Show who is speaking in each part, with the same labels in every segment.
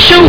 Speaker 1: 生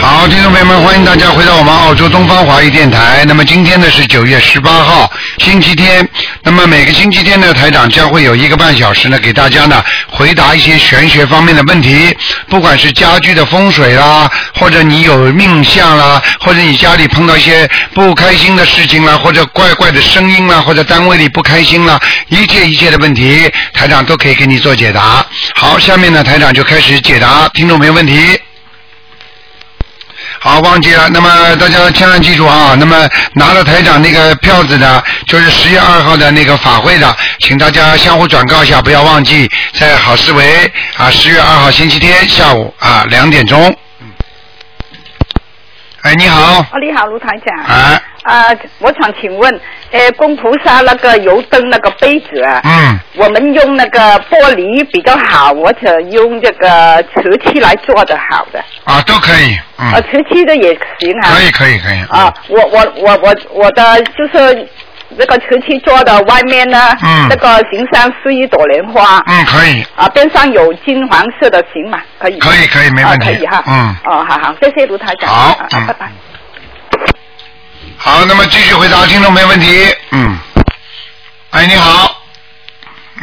Speaker 2: 好，听众朋友们，欢迎大家回到我们澳洲东方华语电台。那么今天呢是九月十八号，星期天。那么每个星期天呢，台长将会有一个半小时呢，给大家呢回答一些玄学方面的问题，不管是家居的风水啦，或者你有命相啦，或者你家里碰到一些不开心的事情啦，或者怪怪的声音啦，或者单位里不开心啦，一切一切的问题，台长都可以给你做解答。好，下面呢，台长就开始解答听众朋友问题。好，忘记了。那么大家千万记住啊，那么拿了台长那个票子的，就是十月二号的那个法会的，请大家相互转告一下，不要忘记在好思维啊，十月二号星期天下午啊两点钟。嗯哎，你好，
Speaker 3: 哦，你好，卢台长。
Speaker 2: 哎，
Speaker 3: 啊、我想请问，呃，供菩萨那个油灯那个杯子啊，
Speaker 2: 嗯，
Speaker 3: 我们用那个玻璃比较好，或者用这个瓷器来做的好的，
Speaker 2: 啊都可以，嗯
Speaker 3: 啊，，瓷器的也行啊。
Speaker 2: 可以可以可以，
Speaker 3: 啊，我我我我我的就是那个瓷器做的，外面呢，
Speaker 2: 嗯
Speaker 3: 那个形象是一朵莲花，
Speaker 2: 嗯可以，
Speaker 3: 啊，边上有金黄色的行吗？可以。
Speaker 2: 可以可以没问
Speaker 3: 啊、
Speaker 2: 题
Speaker 3: 可以哈。
Speaker 2: 嗯
Speaker 3: 哦，好好，谢谢卢台长。
Speaker 2: 好
Speaker 3: 啊，
Speaker 2: 嗯
Speaker 3: 拜拜。
Speaker 2: 好，那么继续回答听众没问题。嗯，哎，你好，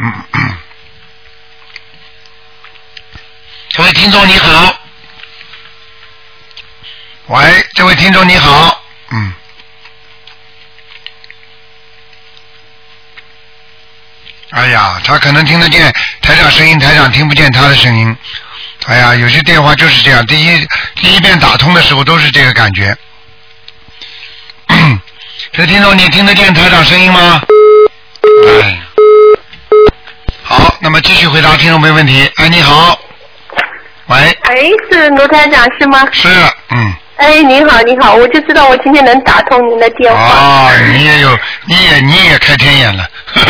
Speaker 2: 嗯，嗯这位听众你好，喂，这位听众你好，嗯，哎呀，他可能听得见台长声音，台长听不见他的声音。哎呀，有些电话就是这样，第一第一遍打通的时候都是这个感觉。 这听众，你听得见台长声音吗？哎，好，那么继续回答听众没问题。哎，你好，喂，
Speaker 4: 哎，是卢台长是吗？
Speaker 2: 是，嗯，
Speaker 4: 哎，你好，你好，我就知道我今天能打通您的电话。
Speaker 2: 哦，你也有，你也你也开天眼了，嗯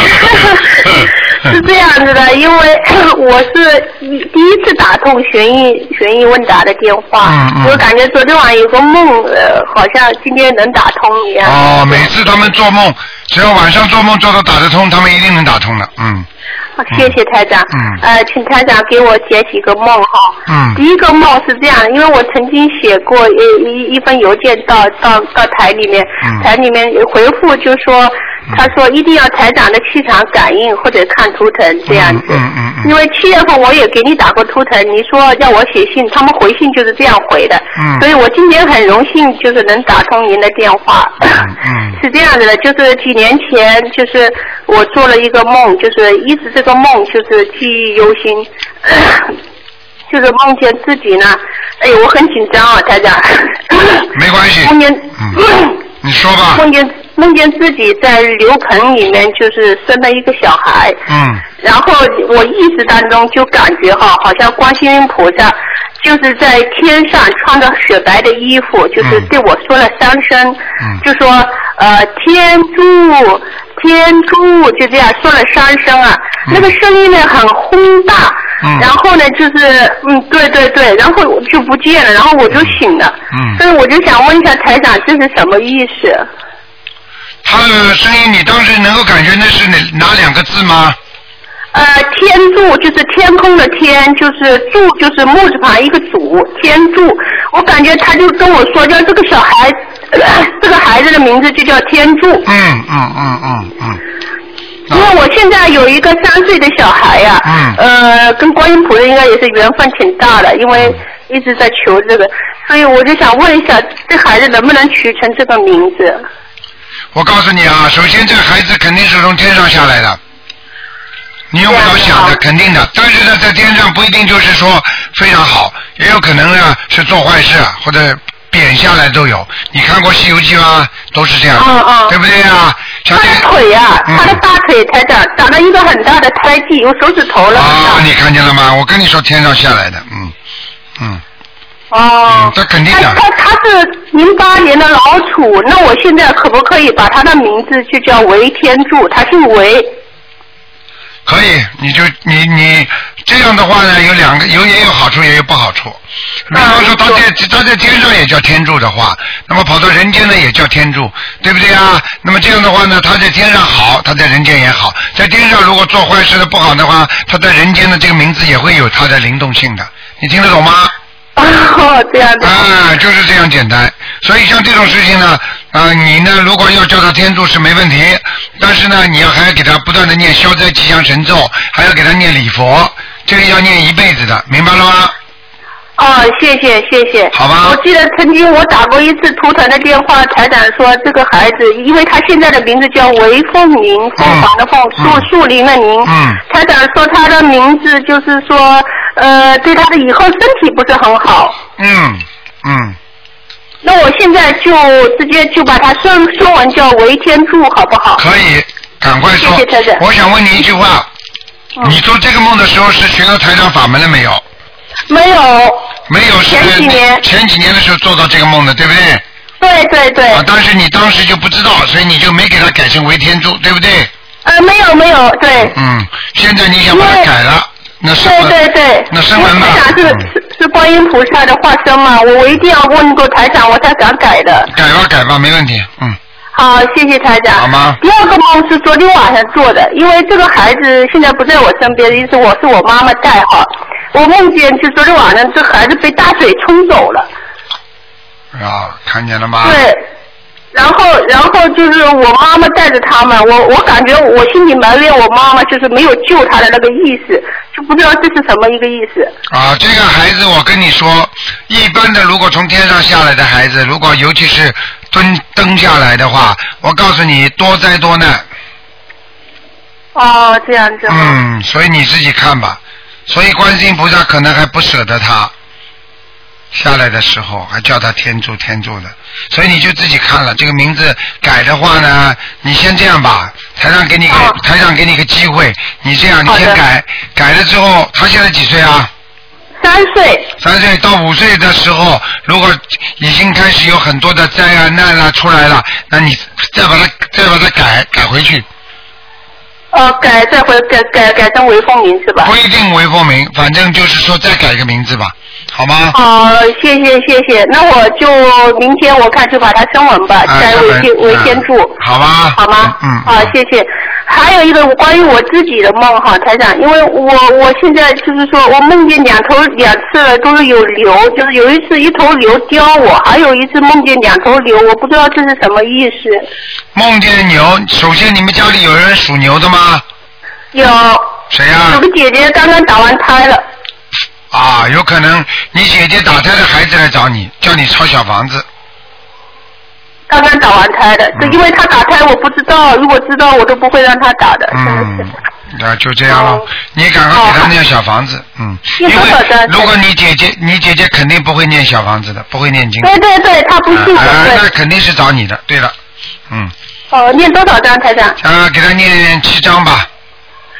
Speaker 4: 是这样子的，因为 我是第一次打通悬疑悬疑问答的电话，
Speaker 2: 嗯嗯
Speaker 4: 我感觉昨天晚上有个梦，呃，好像今天能打通一样。
Speaker 2: 哦，每次他们做梦，只要晚上做梦做到打得通，他们一定能打通的，嗯
Speaker 4: 好啊谢谢台长。
Speaker 2: 嗯
Speaker 4: 呃，请台长给我解几个梦哈。第
Speaker 2: 嗯，
Speaker 4: 一个梦是这样，因为我曾经写过呃一一封邮件到到到台里面，
Speaker 2: 嗯
Speaker 4: 台里面回复就说，他说一定要台长的气场感应或者看图腾这样子。
Speaker 2: 嗯嗯嗯
Speaker 4: 因
Speaker 2: 嗯，
Speaker 4: 为七月份我也给你打过图腾，你说要我写信，他们回信就是这样回的。
Speaker 2: 嗯
Speaker 4: 所以我今天很荣幸，就是能打通您的电话。
Speaker 2: 嗯嗯
Speaker 4: 是这样子的，就是几年前，就是我做了一个梦，就是一直这个梦就是记忆犹新， 就是梦见自己呢，哎，我很紧张啊，台长。
Speaker 2: 没关系，
Speaker 4: 梦见。
Speaker 2: 嗯你说吧，
Speaker 4: 梦见梦见自己在牛棚里面，就是生了一个小孩，
Speaker 2: 嗯
Speaker 4: 然后我意识当中就感觉哈，好像观世音菩萨就是在天上穿着雪白的衣服，就是对我说了三声，
Speaker 2: 嗯
Speaker 4: 就说呃天助天助，就这样说了三声啊，
Speaker 2: 嗯
Speaker 4: 那个声音呢很轰大，
Speaker 2: 嗯
Speaker 4: 然后呢就是嗯对对对，然后我就不见了，然后我就醒了，
Speaker 2: 嗯。
Speaker 4: 所以我就想问一下台长这是什么意思？
Speaker 2: 他的声音，你当时能够感觉那是哪哪两个字吗？
Speaker 4: 呃，天柱就是天空的天，就是柱就是木字旁一个主，天柱。我感觉他就跟我说，叫这个小孩，呃这个孩子的名字就叫天柱，
Speaker 2: 嗯嗯嗯嗯嗯。
Speaker 4: 因为我现在有一个三岁的小孩呀、
Speaker 2: 嗯
Speaker 4: 呃，跟观音菩萨应该也是缘分挺大的，因为一直在求这个，所以我就想问一下，这孩子能不能取成这个名字？
Speaker 2: 我告诉你啊，首先这个孩子肯定是从天上下来的，你用不着想
Speaker 4: 这样
Speaker 2: 的，
Speaker 4: 啊
Speaker 2: 肯定的。但是呢，在天上不一定就是说非常好，也有可能呢是做坏事啊或者贬下来都有。你看过《西游记》吗？都是这样的，
Speaker 4: 嗯嗯
Speaker 2: 对不对啊？像
Speaker 4: 他
Speaker 2: 这
Speaker 4: 的腿呀、
Speaker 2: 嗯
Speaker 4: 他的大腿台长长了一个很大的胎记，有手指头了。
Speaker 2: 啊，你看见了吗？我跟你说，天上下来的，嗯嗯。
Speaker 4: 哦
Speaker 2: 嗯，这肯定的
Speaker 4: 他他他是零八年的老鼠，那我现在可不可以把他的名字就叫韦天柱？他姓韦。
Speaker 2: 可可以，你就你你这样的话呢，有两个有也有好处，也有不好处。比方说，他在他在天上也叫天柱的话，那么跑到人间呢也叫天柱，对不对啊？那么这样的话呢，他在天上好，他在人间也好。在天上如果做坏事的不好的话，他在人间的这个名字也会有它的灵动性的。你听得懂吗？
Speaker 4: 哦，这样子。
Speaker 2: 啊，就是这样简单。所以像这种事情呢，啊，你呢如果要叫他天助是没问题，但是呢，你要还要给他不断的念消灾吉祥神咒，还要给他念礼佛，这个要念一辈子的，明白了吗？
Speaker 4: 哦，谢谢谢谢。
Speaker 2: 好吧
Speaker 4: 我记得曾经我打过一次图腾的电话，台长说这个孩子，因为他现在的名字叫韦凤鸣，凤凰的凤，
Speaker 2: 嗯
Speaker 4: 树树林的林。
Speaker 2: 嗯
Speaker 4: 台长说他的名字就是说，呃，对他的以后身体不是很好。
Speaker 2: 嗯嗯，
Speaker 4: 那我现在就直接就把他声声纹叫韦天柱，好不好？
Speaker 2: 可以，赶快说。
Speaker 4: 谢谢台长
Speaker 2: 我想问你一句话，
Speaker 4: 哦
Speaker 2: 你做这个梦的时候是学到台长法门了没有？
Speaker 4: 没有，
Speaker 2: 没有是
Speaker 4: 前几年
Speaker 2: 前几年的时候做到这个梦的，对不对？
Speaker 4: 对对对，
Speaker 2: 啊，但是你当时就不知道，所以你就没给他改成为天柱，对不对？
Speaker 4: 呃，没有没有，对。
Speaker 2: 嗯，现在你想把它改了，那是
Speaker 4: 对对对，
Speaker 2: 那声
Speaker 4: 因为
Speaker 2: 纹吧
Speaker 4: 台长是、
Speaker 2: 嗯
Speaker 4: 是是观音菩萨的化身嘛，我我一定要问过台长，我才敢改的。
Speaker 2: 改吧改吧，没问题，嗯，
Speaker 4: 好，谢谢台长。
Speaker 2: 好吗
Speaker 4: 第二个梦是昨天晚上做的，因为这个孩子现在不在我身边，意思我是我妈妈带哈。我梦见就昨天晚上这孩子被大水冲走了，
Speaker 2: 啊，看见了吗？
Speaker 4: 对。然后，然后就是我妈妈带着他们，我我感觉我心里埋怨我妈妈就是没有救他的那个意思，就不知道这是什么一个意思。
Speaker 2: 啊，这个孩子，我跟你说，一般的，如果从天上下来的孩子，如果尤其是蹲蹬下来的话，我告诉你，多灾多难。
Speaker 4: 哦，这样子。。
Speaker 2: 嗯，所以你自己看吧。所以观世音菩萨可能还不舍得他下来的时候，还叫他天助天助的。所以你就自己看了，这个名字改的话呢，你先这样吧，台上给你个、
Speaker 4: 哦
Speaker 2: 台上给你个机会，你这样你
Speaker 4: 好的
Speaker 2: 先改，改了之后，他现在几岁啊？
Speaker 4: 三岁。
Speaker 2: 三岁到五岁的时候，如果已经开始有很多的灾啊难啊出来了，那你再把它再把它改改回去，
Speaker 4: 哦，改再回改改改成为凤鸣是吧
Speaker 2: 不？一定为凤鸣，反正就是说再改一个名字吧，好吗？
Speaker 4: 哦，谢谢谢谢，那我就明天我看就把它升文吧，
Speaker 2: 啊
Speaker 4: 改
Speaker 2: 这
Speaker 4: 为
Speaker 2: 本
Speaker 4: 天为
Speaker 2: 啊
Speaker 4: 天柱，
Speaker 2: 好吧？
Speaker 4: 好吗？
Speaker 2: 嗯，
Speaker 4: 啊，谢谢。还有一个关于我自己的梦哈，台长，因为我我现在就是说我梦见两头两次了都是有瘤，就是有一次一头瘤叼我，还有一次梦见两头瘤，我不知道这是什么意思。
Speaker 2: 梦见牛，首先你们家里有人属牛的吗？
Speaker 4: 有
Speaker 2: 谁哎呀、
Speaker 4: 有个姐姐刚刚打完胎了，
Speaker 2: 啊？有可能你姐姐打胎的孩子来找你，叫你抄小房子。
Speaker 4: 刚刚打完胎
Speaker 2: 嗯
Speaker 4: 的，这因为他打胎我不知道，如果知道我都不会让他打的。真的
Speaker 2: 嗯
Speaker 4: 是，
Speaker 2: 那就这样了
Speaker 4: 哦。
Speaker 2: 你赶快给他念小房子，嗯，因
Speaker 4: 你好好
Speaker 2: 为
Speaker 4: 的
Speaker 2: 如果你姐姐，你姐姐肯定不会念小房子的，不会念经的。
Speaker 4: 对对对，他不
Speaker 2: 啊
Speaker 4: 信的，
Speaker 2: 啊那
Speaker 4: 对。
Speaker 2: 肯定是找你的。对了，嗯，
Speaker 4: 哦，念多少张台长？
Speaker 2: 啊，给他念七章吧。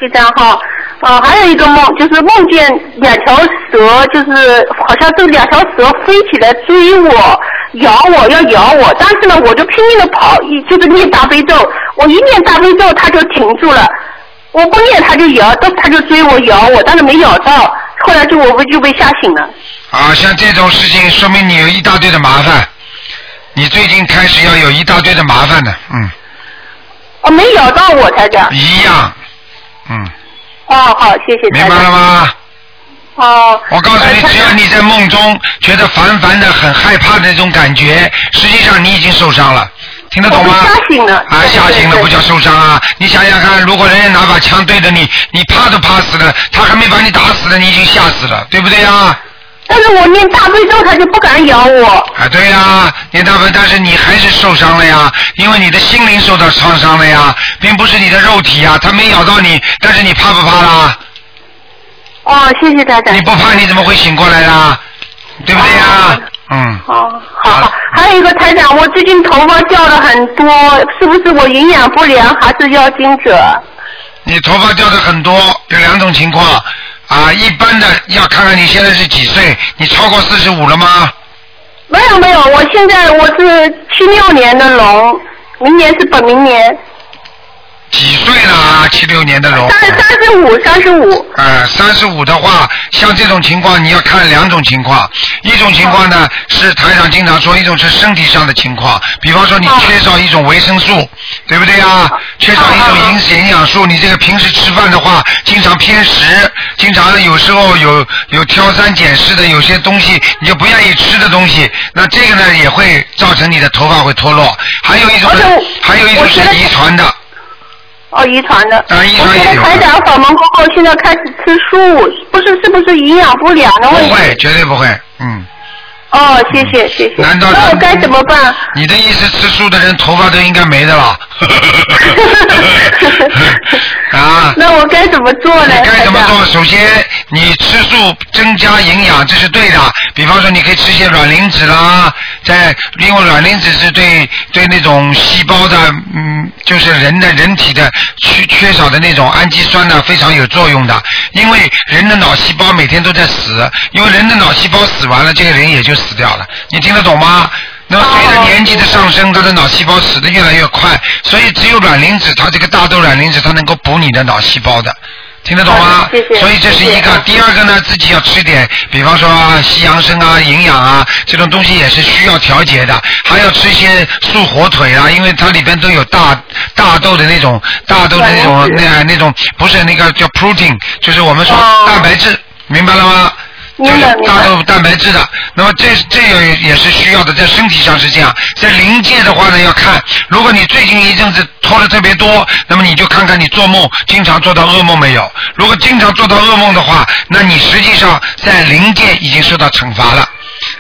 Speaker 4: 七张哈。哦，还有一个梦，就是梦见两条蛇，就是好像这两条蛇飞起来追我，咬我，要咬我。但是呢，我就拼命的跑，一就是念大悲咒。我一念大悲咒，它就停住了。我不念，它就咬，它它就追我咬我，但是没咬到。后来就我不就被吓醒了。
Speaker 2: 啊，像这种事情，说明你有一大堆的麻烦。你最近开始要有一大堆的麻烦的，嗯，
Speaker 4: 哦，没咬到我，台长。
Speaker 2: 一样，嗯，
Speaker 4: 哦，好，谢谢
Speaker 2: 明
Speaker 4: 台
Speaker 2: 白了
Speaker 4: 长。
Speaker 2: 吗？
Speaker 4: 哦。
Speaker 2: 我告诉
Speaker 4: 呃
Speaker 2: 你，
Speaker 4: 台
Speaker 2: 只要
Speaker 4: 长
Speaker 2: 你在梦中觉得烦烦的、很害怕的那种感觉，实际上你已经受伤了，听得懂吗？
Speaker 4: 哦我被吓醒了
Speaker 2: 啊，
Speaker 4: 对
Speaker 2: 吓醒了
Speaker 4: 对对
Speaker 2: 不叫受伤啊！你想想看，如果人家拿把枪对着你，你怕都怕死了，他还没把你打死呢，你已经吓死了，对不对啊？
Speaker 4: 但是我念大悲咒，他就不敢咬我。
Speaker 2: 啊，对呀、念大悲，但是你还是受伤了呀，因为你的心灵受到创伤了呀，并不是你的肉体啊呀，它没咬到你，但是你怕不怕啦？
Speaker 4: 哦，谢谢台长
Speaker 2: 你。不怕你怎么会醒过来啦？对不对呀、
Speaker 4: 啊
Speaker 2: 嗯。
Speaker 4: 哦，
Speaker 2: 好
Speaker 4: 好，还有一个台长，我最近头发掉了很多，是不是我营养不良，还是要精者？
Speaker 2: 你头发掉的很多，有两种情况啊。一般的要看看你现在是几岁，你超过四十五了吗？
Speaker 4: 没有没有，我现在我是七六年的龙，明年是本明年。
Speaker 2: 几岁了啊？七六年的龙。
Speaker 4: 三三十五，三十五，
Speaker 2: 呃，三十五的话，像这种情况你要看两种情况，一种情况呢是台长经常说，一种是身体上的情况，比方说你缺少一种维生素，对不对啊？缺少一种营营养素，你这个平时吃饭的话，经常偏食，经常有时候有有挑三拣四的，有些东西你就不愿意吃的东西，那这个呢也会造成你的头发会脱落。还有一种呢
Speaker 4: 而且我，
Speaker 2: 还有一种是
Speaker 4: 我觉得
Speaker 2: 遗传的。
Speaker 4: 哦，遗传的。
Speaker 2: 啊遗传
Speaker 4: 我
Speaker 2: 也
Speaker 4: 觉
Speaker 2: 有
Speaker 4: 得台长法门过后，现在开始吃素，不是是不是营养不良的问题？
Speaker 2: 不会，嗯绝对不会，嗯。
Speaker 4: 哦，谢谢谢谢。
Speaker 2: 难道
Speaker 4: 那我该怎么办？
Speaker 2: 你的意思，吃素的人头发都应该没的 了。 啊，
Speaker 4: 那我该怎么做呢？
Speaker 2: 你该怎么
Speaker 4: 台长
Speaker 2: 做？首先，你吃素增加营养，这是对的。比方说，你可以吃一些卵磷脂啦，在因为卵磷脂是对对那种细胞的，嗯，就是人的人体的缺缺少的那种氨基酸呢，非常有作用的。因为人的脑细胞每天都在死，因为人的脑细胞死完了，这个人也就死掉了。你听得懂吗？那么随着年纪的上升，他的脑细胞死的越来越快，所以只有卵磷脂，它这个大豆卵磷脂，它能够补你的脑细胞的。听得懂吗
Speaker 4: 好？的谢谢
Speaker 2: 所以这是一
Speaker 4: 谢谢
Speaker 2: 个。
Speaker 4: 啊
Speaker 2: 第二个呢，自己要吃点，比方说啊西洋参啊、营养啊这种东西也是需要调节的，还要吃一些素火腿啊，因为它里边都有大大豆的那种大豆的那种
Speaker 4: 卵磷脂
Speaker 2: 那那种不是那个叫 protein，就是我们说
Speaker 4: 哦
Speaker 2: 蛋白质，明白了吗？
Speaker 4: 明白
Speaker 2: 就是大
Speaker 4: 明白
Speaker 2: 豆蛋白质的，那么这这个也是需要的，在身体上是这样，在临界的话呢要看，如果你最近一阵子拖的特别多，那么你就看看你做梦经常做到噩梦没有，如果经常做到噩梦的话，那你实际上在临界已经受到惩罚了。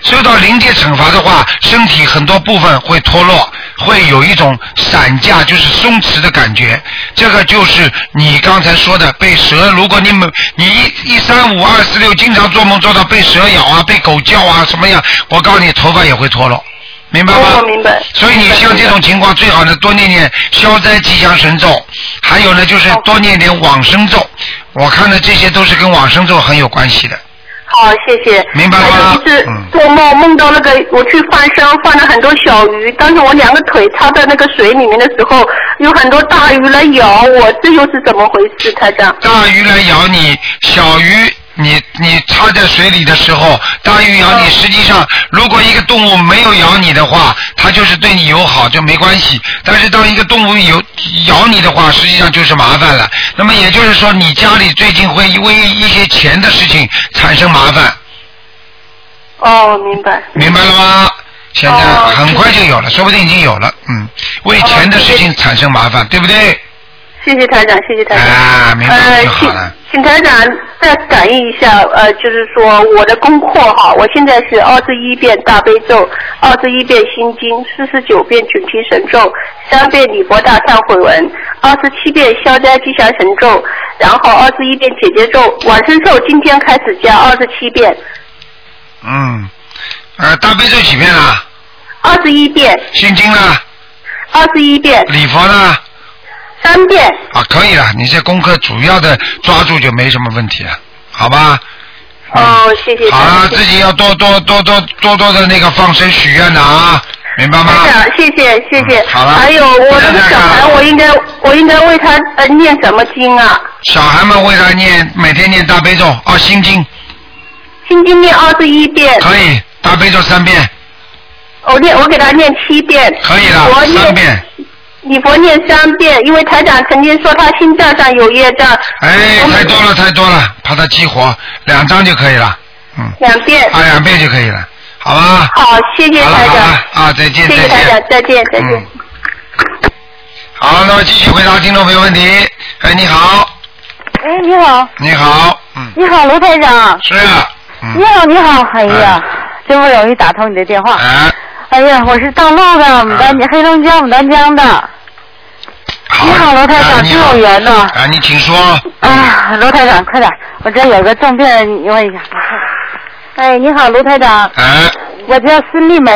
Speaker 2: 受到临界惩罚的话，身体很多部分会脱落，会有一种散架，就是松弛的感觉。这个就是你刚才说的被蛇，如果你每你一一三五二四六经常做梦做到被蛇咬啊、被狗叫啊什么样，我告诉你，头发也会脱落，明白吗？
Speaker 4: 哦，明白。
Speaker 2: 所以你像这种情况，最好呢多念念消灾吉祥神咒，还有呢就是
Speaker 4: 哦
Speaker 2: 多念点往生咒。我看呢这些都是跟往生咒很有关系的。
Speaker 4: 好，谢谢。
Speaker 2: 明白了吗
Speaker 4: 还有一次
Speaker 2: 嗯
Speaker 4: 做梦梦到那个我去放生，放了很多小鱼，但是我两个腿插在那个水里面的时候，有很多大鱼来咬我，这又是怎么回事，台长？
Speaker 2: 大鱼来咬你，小鱼你你插在水里的时候，大鱼咬你，实际
Speaker 4: 哦
Speaker 2: 上如果一个动物没有咬你的话，它就是对你友好，就没关系。但是当一个动物有咬你的话，实际上就是麻烦了。那么也就是说，你家里最近会因为一些钱的事情产生麻烦，
Speaker 4: 哦，明白。
Speaker 2: 明白了吗？现在
Speaker 4: 哦
Speaker 2: 很快就有了，说不定已经有了。嗯，为钱的事情产生麻烦，对不对？
Speaker 4: 谢谢台长，谢谢台长。
Speaker 2: 啊明白
Speaker 4: 呃
Speaker 2: 就，好
Speaker 4: 请
Speaker 2: 了
Speaker 4: 请台长再感应一下，呃，就是说我的功课哈，我现在是二十一遍大悲咒，二十一遍心经，四十九遍准提神咒，三遍礼佛大忏悔文，二十七遍消灾吉祥神咒，然后二十一遍姐姐咒，往生咒今天开始加二十七遍，
Speaker 2: 嗯，呃，大悲咒几遍了？
Speaker 4: 二十一遍，
Speaker 2: 心经呢？
Speaker 4: 二十一遍，
Speaker 2: 礼佛呢？
Speaker 4: 三遍。
Speaker 2: 啊，可以了，你这功课主要的抓住就没什么问题了，好吧？
Speaker 4: 哦，谢
Speaker 2: 嗯
Speaker 4: 谢台
Speaker 2: 好啊
Speaker 4: 长。
Speaker 2: 了，自己要多多多多多多的那个放生许愿的啊，明白吗？
Speaker 4: 台长，谢谢谢谢。
Speaker 2: 嗯好了
Speaker 4: 还有我那个小孩，我应该我应该为他呃念什么经啊？
Speaker 2: 小孩们为他念，每天念大悲咒啊，心经
Speaker 4: 心经念二十一遍，
Speaker 2: 可以，大悲咒三遍
Speaker 4: 我念我给他念七遍，
Speaker 2: 可以
Speaker 4: 我
Speaker 2: 了，
Speaker 4: 念
Speaker 2: 三遍。
Speaker 4: 礼佛念三遍，因为台长曾经说他心脏上有业障。
Speaker 2: 哎，
Speaker 4: 我每
Speaker 2: 太多了太多了，怕他激活，两张就可以了，嗯，
Speaker 4: 两遍。
Speaker 2: 啊，两遍就可以了，好吧？
Speaker 4: 哎好，谢谢
Speaker 2: 好
Speaker 4: 台
Speaker 2: 了好
Speaker 4: 长
Speaker 2: 了，啊，再见
Speaker 4: 谢
Speaker 2: 再
Speaker 4: 谢台
Speaker 2: 见。
Speaker 4: 长，再见再见。
Speaker 2: 嗯。好，那么继续回答听众朋友问题。哎，你好，
Speaker 5: 哎，你好，
Speaker 2: 你好，嗯，
Speaker 5: 你好，卢台长。
Speaker 2: 是啊，嗯
Speaker 5: 你，好，你好，哎呀
Speaker 2: 哎，
Speaker 5: 真不容易打通你的电话。
Speaker 2: 哎，
Speaker 5: 哎呀，我是大陆的，我们丹黑龙江我们丹江的。
Speaker 2: 好，
Speaker 5: 你好罗台长
Speaker 2: 啊你
Speaker 5: 真
Speaker 2: 好嗯
Speaker 5: 有缘呐
Speaker 2: 啊，你请说，
Speaker 5: 啊，卢台长，快点，我这有个重病，你问一下。哎，你好，卢台长，
Speaker 2: 哎，
Speaker 5: 我叫孙丽梅，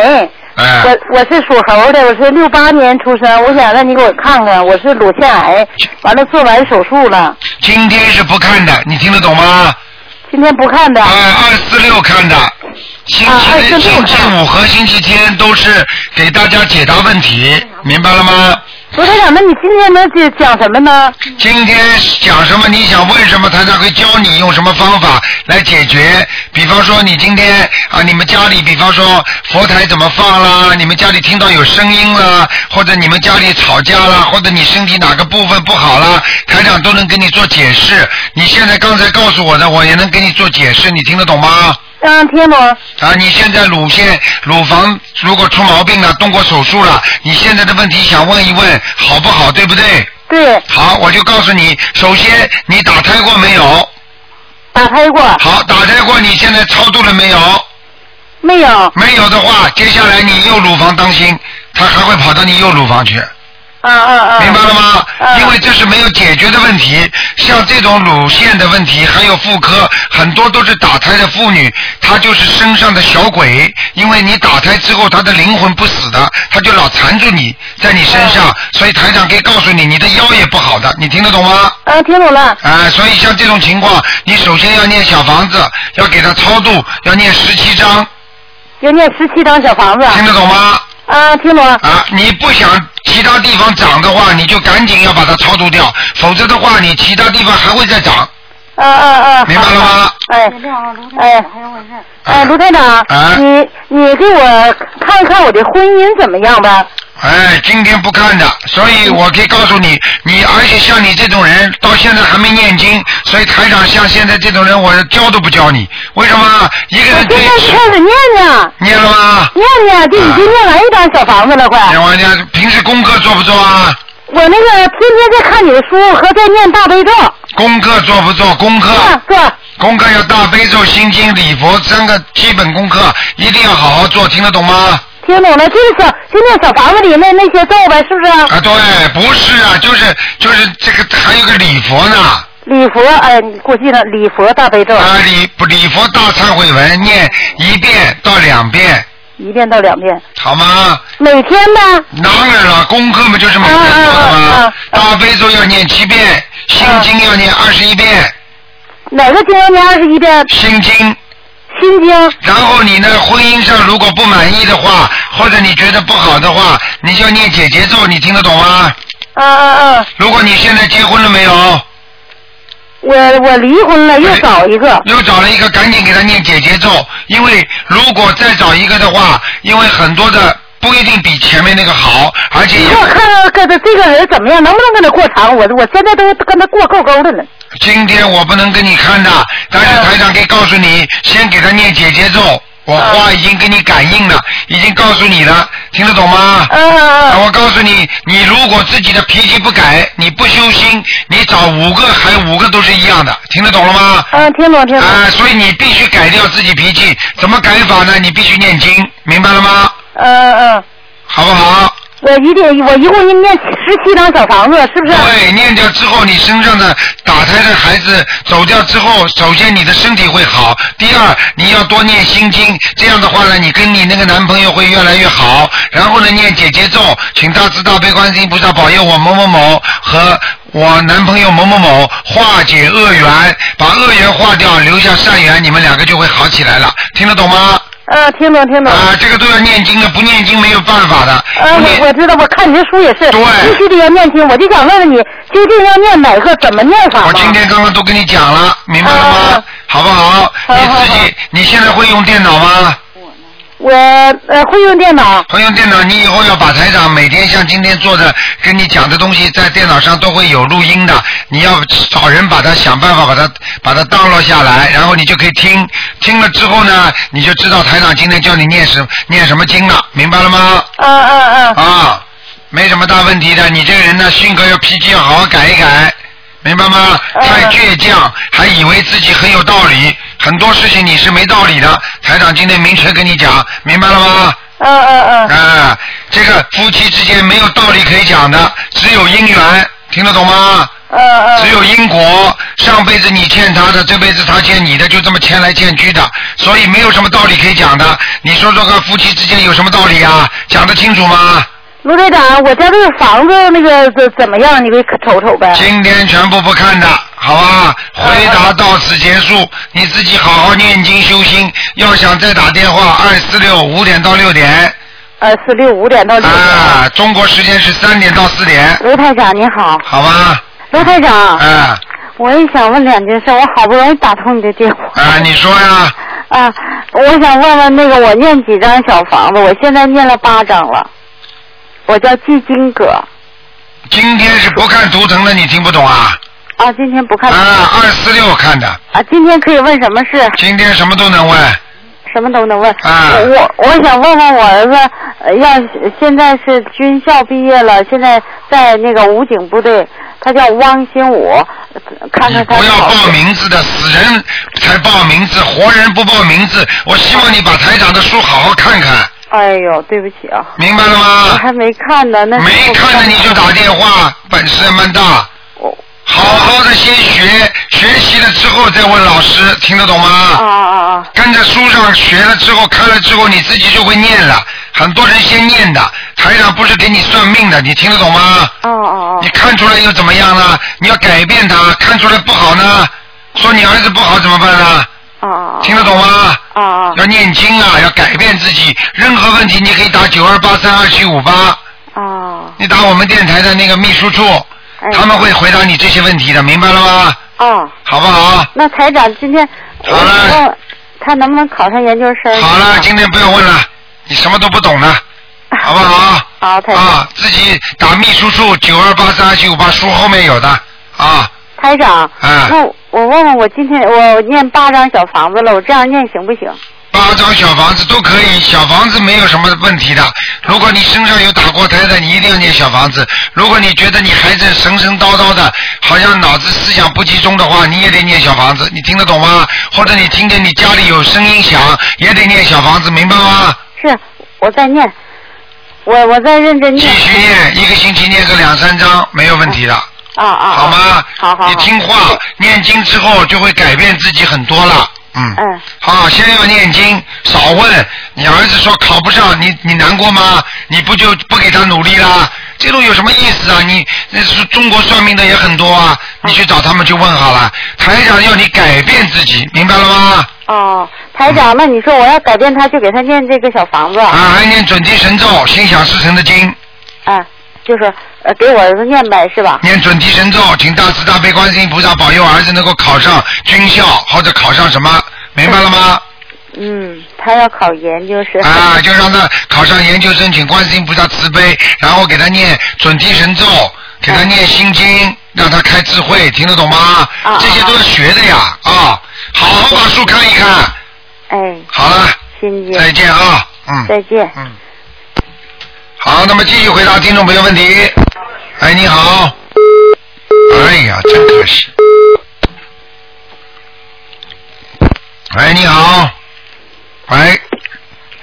Speaker 2: 哎，
Speaker 5: 我我是属猴的，我是六八年出生，我想让你给我看看，我是乳腺癌，完了做完手术了，
Speaker 2: 今天是不看的，你听得懂吗？
Speaker 5: 今天不看的
Speaker 2: 哎，二四六看的，星
Speaker 5: 啊
Speaker 2: 期
Speaker 5: 26
Speaker 2: 星期
Speaker 5: 号
Speaker 2: 五和星期天都是给大家解答问题，明白了吗？
Speaker 5: 嗯卢台长，那你今天能讲讲什么呢？
Speaker 2: 今天讲什么？你想问什么？台长会教你用什么方法来解决。比方说，你今天啊，你们家里，比方说佛台怎么放啦？你们家里听到有声音啦，或者你们家里吵架啦，或者你身体哪个部分不好啦，台长都能给你做解释。你现在刚才告诉我的，我也能给你做解释，你听得懂吗？
Speaker 5: 嗯，听不？
Speaker 2: 啊，你现在乳腺、乳房如果出毛病了，动过手术了，你现在的问题想问一问，好不好？对不对？
Speaker 5: 对，
Speaker 2: 好，我就告诉你，首先你打胎过没有？
Speaker 5: 打胎过
Speaker 2: 好，打胎过，你现在超度了没有？
Speaker 5: 没有？
Speaker 2: 没有的话，接下来你右乳房当心，它还会跑到你右乳房去，
Speaker 5: 嗯嗯嗯。
Speaker 2: 明白了吗？
Speaker 5: 嗯
Speaker 2: 因为这是没有解决的问题，像这种乳腺的问题，还有妇科，很多都是打胎的妇女，她就是身上的小鬼，因为你打胎之后，她的灵魂不死的，她就老缠住你，在你身
Speaker 5: 啊
Speaker 2: 上，所以台长可以告诉你，你的腰也不好的，你听得懂吗？
Speaker 5: 嗯，听懂了。
Speaker 2: 啊、所以像这种情况，你首先要念小房子，要给他超度，要念十七章，
Speaker 5: 要念十七张小房子。
Speaker 2: 听得懂吗？
Speaker 5: 啊，听懂了。
Speaker 2: 啊，你不想其他地方长的话，你就赶紧要把它超度掉，否则的话，你其他地方还会再长。
Speaker 5: 啊啊啊！
Speaker 2: 明白了吗？
Speaker 5: 哎哎哎，卢台长，
Speaker 2: 啊
Speaker 5: 你你给我看一看我的婚姻怎么样吧？
Speaker 2: 哎，今天不看的，所以我可以告诉你，你而且像你这种人，到现在还没念经，所以台长像现在这种人，我教都不教你。为什么？一个
Speaker 5: 我
Speaker 2: 人
Speaker 5: 现
Speaker 2: 可以
Speaker 5: 在就开始念呢，
Speaker 2: 念了吗？啊
Speaker 5: 念呢，就已经念完一张小房子了，快。
Speaker 2: 念完家平时功课做不做啊？
Speaker 5: 我那个天天在看你的书和在念大悲咒，
Speaker 2: 功课做不做？功课。
Speaker 5: 啊对，
Speaker 2: 功课要大悲咒、心经、礼佛三个基本功课，一定要好好做，听得懂吗？
Speaker 5: 听懂了，就是小就念小房子里那那些咒呗，是不是？
Speaker 2: 啊，对，不是啊，就是就是这个还有个礼佛呢，
Speaker 5: 礼佛，哎，你给我记上礼佛大悲咒，
Speaker 2: 啊礼礼佛大忏悔文念一遍到两遍，
Speaker 5: 一遍到两遍，
Speaker 2: 好吗？
Speaker 5: 每天呢？
Speaker 2: 当然了，功课嘛就是每天做的
Speaker 5: 啊啊啊
Speaker 2: 嘛
Speaker 5: 啊，
Speaker 2: 大悲咒要念七遍，心经要念二十一遍，
Speaker 5: 哪个经要念二十一遍？
Speaker 2: 心经。
Speaker 5: 心经
Speaker 2: 然后你呢，婚姻上如果不满意的话，或者你觉得不好的话，你就念姐姐咒，你听得懂吗？
Speaker 5: 啊啊啊！
Speaker 2: 如果你现在结婚了没有，
Speaker 5: 我我离婚了，又找一个。
Speaker 2: 又找了一个，赶紧给他念姐姐咒，因为如果再找一个的话，因为很多的不一定比前面那个好，而且
Speaker 5: 你
Speaker 2: 也
Speaker 5: 给我看看跟他这个人怎么样，能不能跟他过长？我我现在都跟他过够够的呢。
Speaker 2: 今天我不能给你看的，但是台长可以告诉你，先给他念姐姐咒，我话已经给你感应了，已经告诉你了，听得懂吗？
Speaker 5: 嗯
Speaker 2: 啊
Speaker 5: 嗯
Speaker 2: 我告诉你，你如果自己的脾气不改，你不修心，你找五个还五个都是一样的，听得懂了吗？
Speaker 5: 嗯，听懂听懂。
Speaker 2: 啊，所以你必须改掉自己脾气，怎么改法呢？你必须念经，明白了吗？
Speaker 5: 嗯嗯，
Speaker 2: 好不好？
Speaker 5: 我一定我一共念十七张小房子，是不是？
Speaker 2: 对，念掉之后，你身上的打胎的孩子走掉之后，首先你的身体会好，第二你要多念心经，这样的话呢，你跟你那个男朋友会越来越好。然后呢，念姐姐咒，请大慈大悲观世音菩萨保佑我某某某和我男朋友某某某化解恶缘，把恶缘化掉，留下善缘，你们两个就会好起来了。听得懂吗？
Speaker 5: 嗯，听懂听懂。
Speaker 2: 啊，这个都要念经的，不念经没有办法的。
Speaker 5: 啊，
Speaker 2: 不
Speaker 5: 我
Speaker 2: 念
Speaker 5: 我知道，我看你这书也是，
Speaker 2: 对
Speaker 5: 必须得要念经。我就想问问你，究竟要念哪个，怎么念法
Speaker 2: 我
Speaker 5: 嘛？
Speaker 2: 今天刚刚都跟你讲了，明白了吗
Speaker 5: 啊？
Speaker 2: 好不好？
Speaker 5: 好
Speaker 2: 你
Speaker 5: 好
Speaker 2: 自
Speaker 5: 好
Speaker 2: 己，你现在会用电脑吗？
Speaker 5: 我呃会用电脑，
Speaker 2: 会用电脑，你以后要把台长每天像今天做的跟你讲的东西，在电脑上都会有录音的。你要找人把它想办法把它把它 download 下来，然后你就可以听。听了之后呢，你就知道台长今天叫你念什念什么经了，明白了吗？
Speaker 5: 啊啊啊，
Speaker 2: 啊，没什么大问题的。你这个人呢，性格要脾气要好好改一改，明白吗？
Speaker 5: 嗯
Speaker 2: 太倔强，还以为自己很有道理，很多事情你是没道理的。台长今天明确跟你讲，明白了吗？
Speaker 5: 啊啊啊，
Speaker 2: 啊，这个夫妻之间没有道理可以讲的，只有姻缘，听得懂吗？
Speaker 5: 啊啊，
Speaker 2: 只有因果，上辈子你欠他的，这辈子他欠你的，就这么欠来欠去的，所以没有什么道理可以讲的。你说这个夫妻之间有什么道理啊？讲得清楚吗？
Speaker 5: 卢队长，我家这个房子那个怎怎么样？你给瞅瞅呗。
Speaker 2: 今天全部不看的，好吧？
Speaker 5: 呃
Speaker 2: 回答到此结束，你自己好好念经修心。要想再打电话，二四六五点到六点
Speaker 5: 呃，四六五点到六点。
Speaker 2: 啊，中国时间是三点到四点，
Speaker 5: 卢台长你好，
Speaker 2: 好吧？
Speaker 5: 卢台长，
Speaker 2: 啊
Speaker 5: 我也想问两件事，我好不容易打通你的电话
Speaker 2: 啊，你说呀？
Speaker 5: 啊，我想问问那个我念几张小房子？我现在念了八张了，我叫季金葛
Speaker 2: 今天是不看图腾的，你听不懂啊？
Speaker 5: 啊，今天不看
Speaker 2: 啊，二四六看的，
Speaker 5: 啊，今天可以问什么事？
Speaker 2: 今天什么都能问。
Speaker 5: 什么都能问。
Speaker 2: 啊
Speaker 5: 我我想问问我儿子，呃要现在是军校毕业了，现在在那个武警部队，他叫汪新武，呃看
Speaker 2: 你
Speaker 5: 看他
Speaker 2: 不要
Speaker 5: 考
Speaker 2: 报
Speaker 5: 试
Speaker 2: 名字的，死人才报名字，活人不报名字。我希望你把台长的书好好看看，
Speaker 5: 哎呦，对不起啊，
Speaker 2: 明白了
Speaker 5: 我
Speaker 2: 吗？
Speaker 5: 还没看呢，那
Speaker 2: 没看的你就打电话，本事蛮大。
Speaker 5: 我
Speaker 2: 好好的先学，学习了之后再问老师，听得懂
Speaker 5: 啊
Speaker 2: 吗？
Speaker 5: 啊啊！
Speaker 2: 跟着书上学了之后，看了之后，你自己就会念了。很多人先念的，台长不是给你算命的，你听得懂吗？
Speaker 5: 哦哦
Speaker 2: 你看出来又怎么样呢？你要改变它，看出来不好呢，说你儿子不好怎么办呢？
Speaker 5: 哦哦
Speaker 2: 听得懂吗？
Speaker 5: 哦哦
Speaker 2: 要念经啊，要改变自己。任何问题你可以打九二八三二七五八，
Speaker 5: 哦，
Speaker 2: 你打我们电台的那个秘书处，
Speaker 5: 哎
Speaker 2: 他们会回答你这些问题的，明白了吗？
Speaker 5: 哦，
Speaker 2: 好不好？
Speaker 5: 那台长今天
Speaker 2: 好了
Speaker 5: 我想问他能不能考上研究生？
Speaker 2: 好了，今天不要问了，你什么都不懂了，好不好？
Speaker 5: 好，台长。
Speaker 2: 啊，自己打秘书处九二八三二七五八，书后面有的啊。
Speaker 5: 台长，
Speaker 2: 嗯
Speaker 5: 那我问问，我今天我念八张小房子了，我这样念行不行？
Speaker 2: 八张小房子都可以，小房子没有什么问题的。如果你身上有打过胎的，你一定要念小房子。如果你觉得你孩子神神叨叨的，好像脑子思想不集中的话，你也得念小房子。你听得懂吗？或者你听见你家里有声音响，也得念小房子，明白吗？
Speaker 5: 是，我在念，我我在认真
Speaker 2: 继
Speaker 5: 念
Speaker 2: 续念，一个星期念个两三张，没有问题的，
Speaker 5: 啊啊，啊
Speaker 2: 好吗？
Speaker 5: 好好，
Speaker 2: 你
Speaker 5: 好
Speaker 2: 听话，念经之后就会改变自己很多了。嗯。
Speaker 5: 嗯，
Speaker 2: 好，先要念经，少问。你儿子说考不上，你你难过吗？你不就不给他努力啦？这种有什么意思啊？你那是中国算命的也很多啊，你去找他们去问好了。台长要你改变自己，明白了吗？
Speaker 5: 哦，台
Speaker 2: 嗯
Speaker 5: 长，那你说我要改变他，就给他念这个小房子，
Speaker 2: 啊，还念准提神咒，心想事成的经，
Speaker 5: 啊，就是呃给我儿子念呗，是吧？
Speaker 2: 念准提神咒，请大慈大悲观世音菩萨保佑儿子能够考上军校或者考上什么，明白了吗？
Speaker 5: 嗯，他要考研就是，
Speaker 2: 啊，就让他考上研究生，请观世音菩萨慈悲，然后给他念准提神咒，给他念心经，让他开智慧，听得懂吗？
Speaker 5: 嗯啊
Speaker 2: 这些都是学的呀，啊，好好把书看一看。
Speaker 5: 哎，
Speaker 2: 好了，
Speaker 5: 心
Speaker 2: 再
Speaker 5: 姐，
Speaker 2: 见啊，嗯
Speaker 5: 再见。
Speaker 2: 嗯。好，那么继续回答听众朋友问题。哎，你好。哎呀，真可惜。喂，哎你好。喂，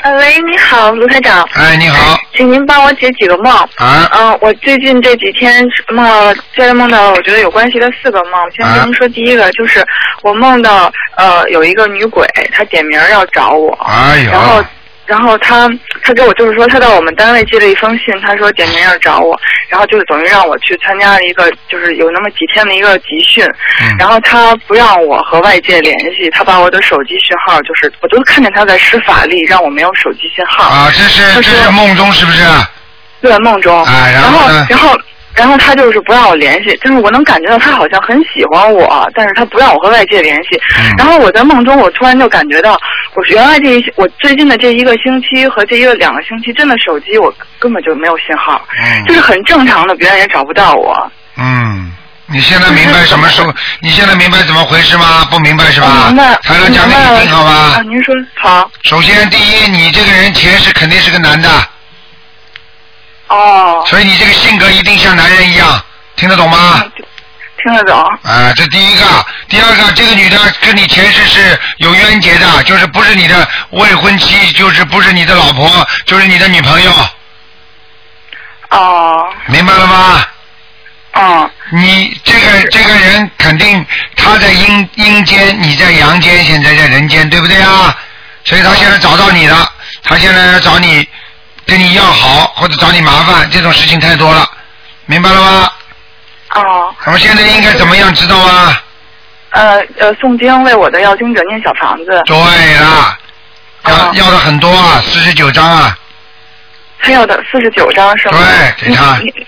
Speaker 6: 呃，喂，你好，卢台长，
Speaker 2: 哎，你好。
Speaker 6: 请您帮我解几个梦。
Speaker 2: 啊。
Speaker 6: 嗯、我最近这几天梦了，接着梦到了我觉得有关系的四个梦。我先
Speaker 2: 啊
Speaker 6: 跟您说第一个，就是我梦到呃有一个女鬼，她点名儿要找我，
Speaker 2: 哎呦，
Speaker 6: 然后然后她她给我就是说她到我们单位寄了一封信，她说点名要找我，然后就是等于让我去参加了一个就是有那么几天的一个集训，
Speaker 2: 嗯
Speaker 6: 然后她不让我和外界联系，她把我的手机讯号就是我都看见她在施法力，让我没有手机信号。
Speaker 2: 啊，这是这
Speaker 6: 就是
Speaker 2: 是梦中是不啊是？
Speaker 6: 对，梦中。
Speaker 2: 啊然
Speaker 6: 然
Speaker 2: 后呢
Speaker 6: 然后，然后他就是不让我联系，但是我能感觉到他好像很喜欢我，但是他不让我和外界联系。
Speaker 2: 嗯
Speaker 6: 然后我在梦中，我突然就感觉到，我原来这一我最近的这一个星期和这一个两个星期，真的手机我根本就没有信号，就
Speaker 2: 嗯
Speaker 6: 是很正常的，别人也找不到我。
Speaker 2: 嗯，你现在明白什么时候？你现在明白怎么回事吗？不明白是吧？
Speaker 6: 我明白，
Speaker 2: 台长
Speaker 6: 明
Speaker 2: 讲给
Speaker 6: 白
Speaker 2: 你
Speaker 6: 了
Speaker 2: 听好
Speaker 6: 啊，
Speaker 2: 吧。
Speaker 6: 您说好。
Speaker 2: 首先，第一，你这个人前世肯定是个男的，
Speaker 6: 哦，
Speaker 2: 所以你这个性格一定像男人一样，听得懂吗？
Speaker 6: 嗯听得懂。
Speaker 2: 啊，这第一个，第二个，这个女的跟你前世是有冤结的，就是不是你的未婚妻，就是不是你的老婆，就是你的女朋友，
Speaker 6: 哦，
Speaker 2: 明白了吗？
Speaker 6: 嗯，
Speaker 2: 你这个这个人肯定他在阴阴间，你在阳间，现在在人间，对不对啊？所以他现在找到你了，他现在要找你跟你要好或者找你麻烦，这种事情太多了，明白了吗？
Speaker 6: 哦，
Speaker 2: 我们现在应该怎么样，知道啊吗？
Speaker 6: 呃呃，诵经为我的要经者念小房子，
Speaker 2: 对啦，要、
Speaker 6: 哦
Speaker 2: 要的很多啊，四十九张啊，
Speaker 6: 他要的四十九张是吗？
Speaker 2: 对给他
Speaker 6: 你。你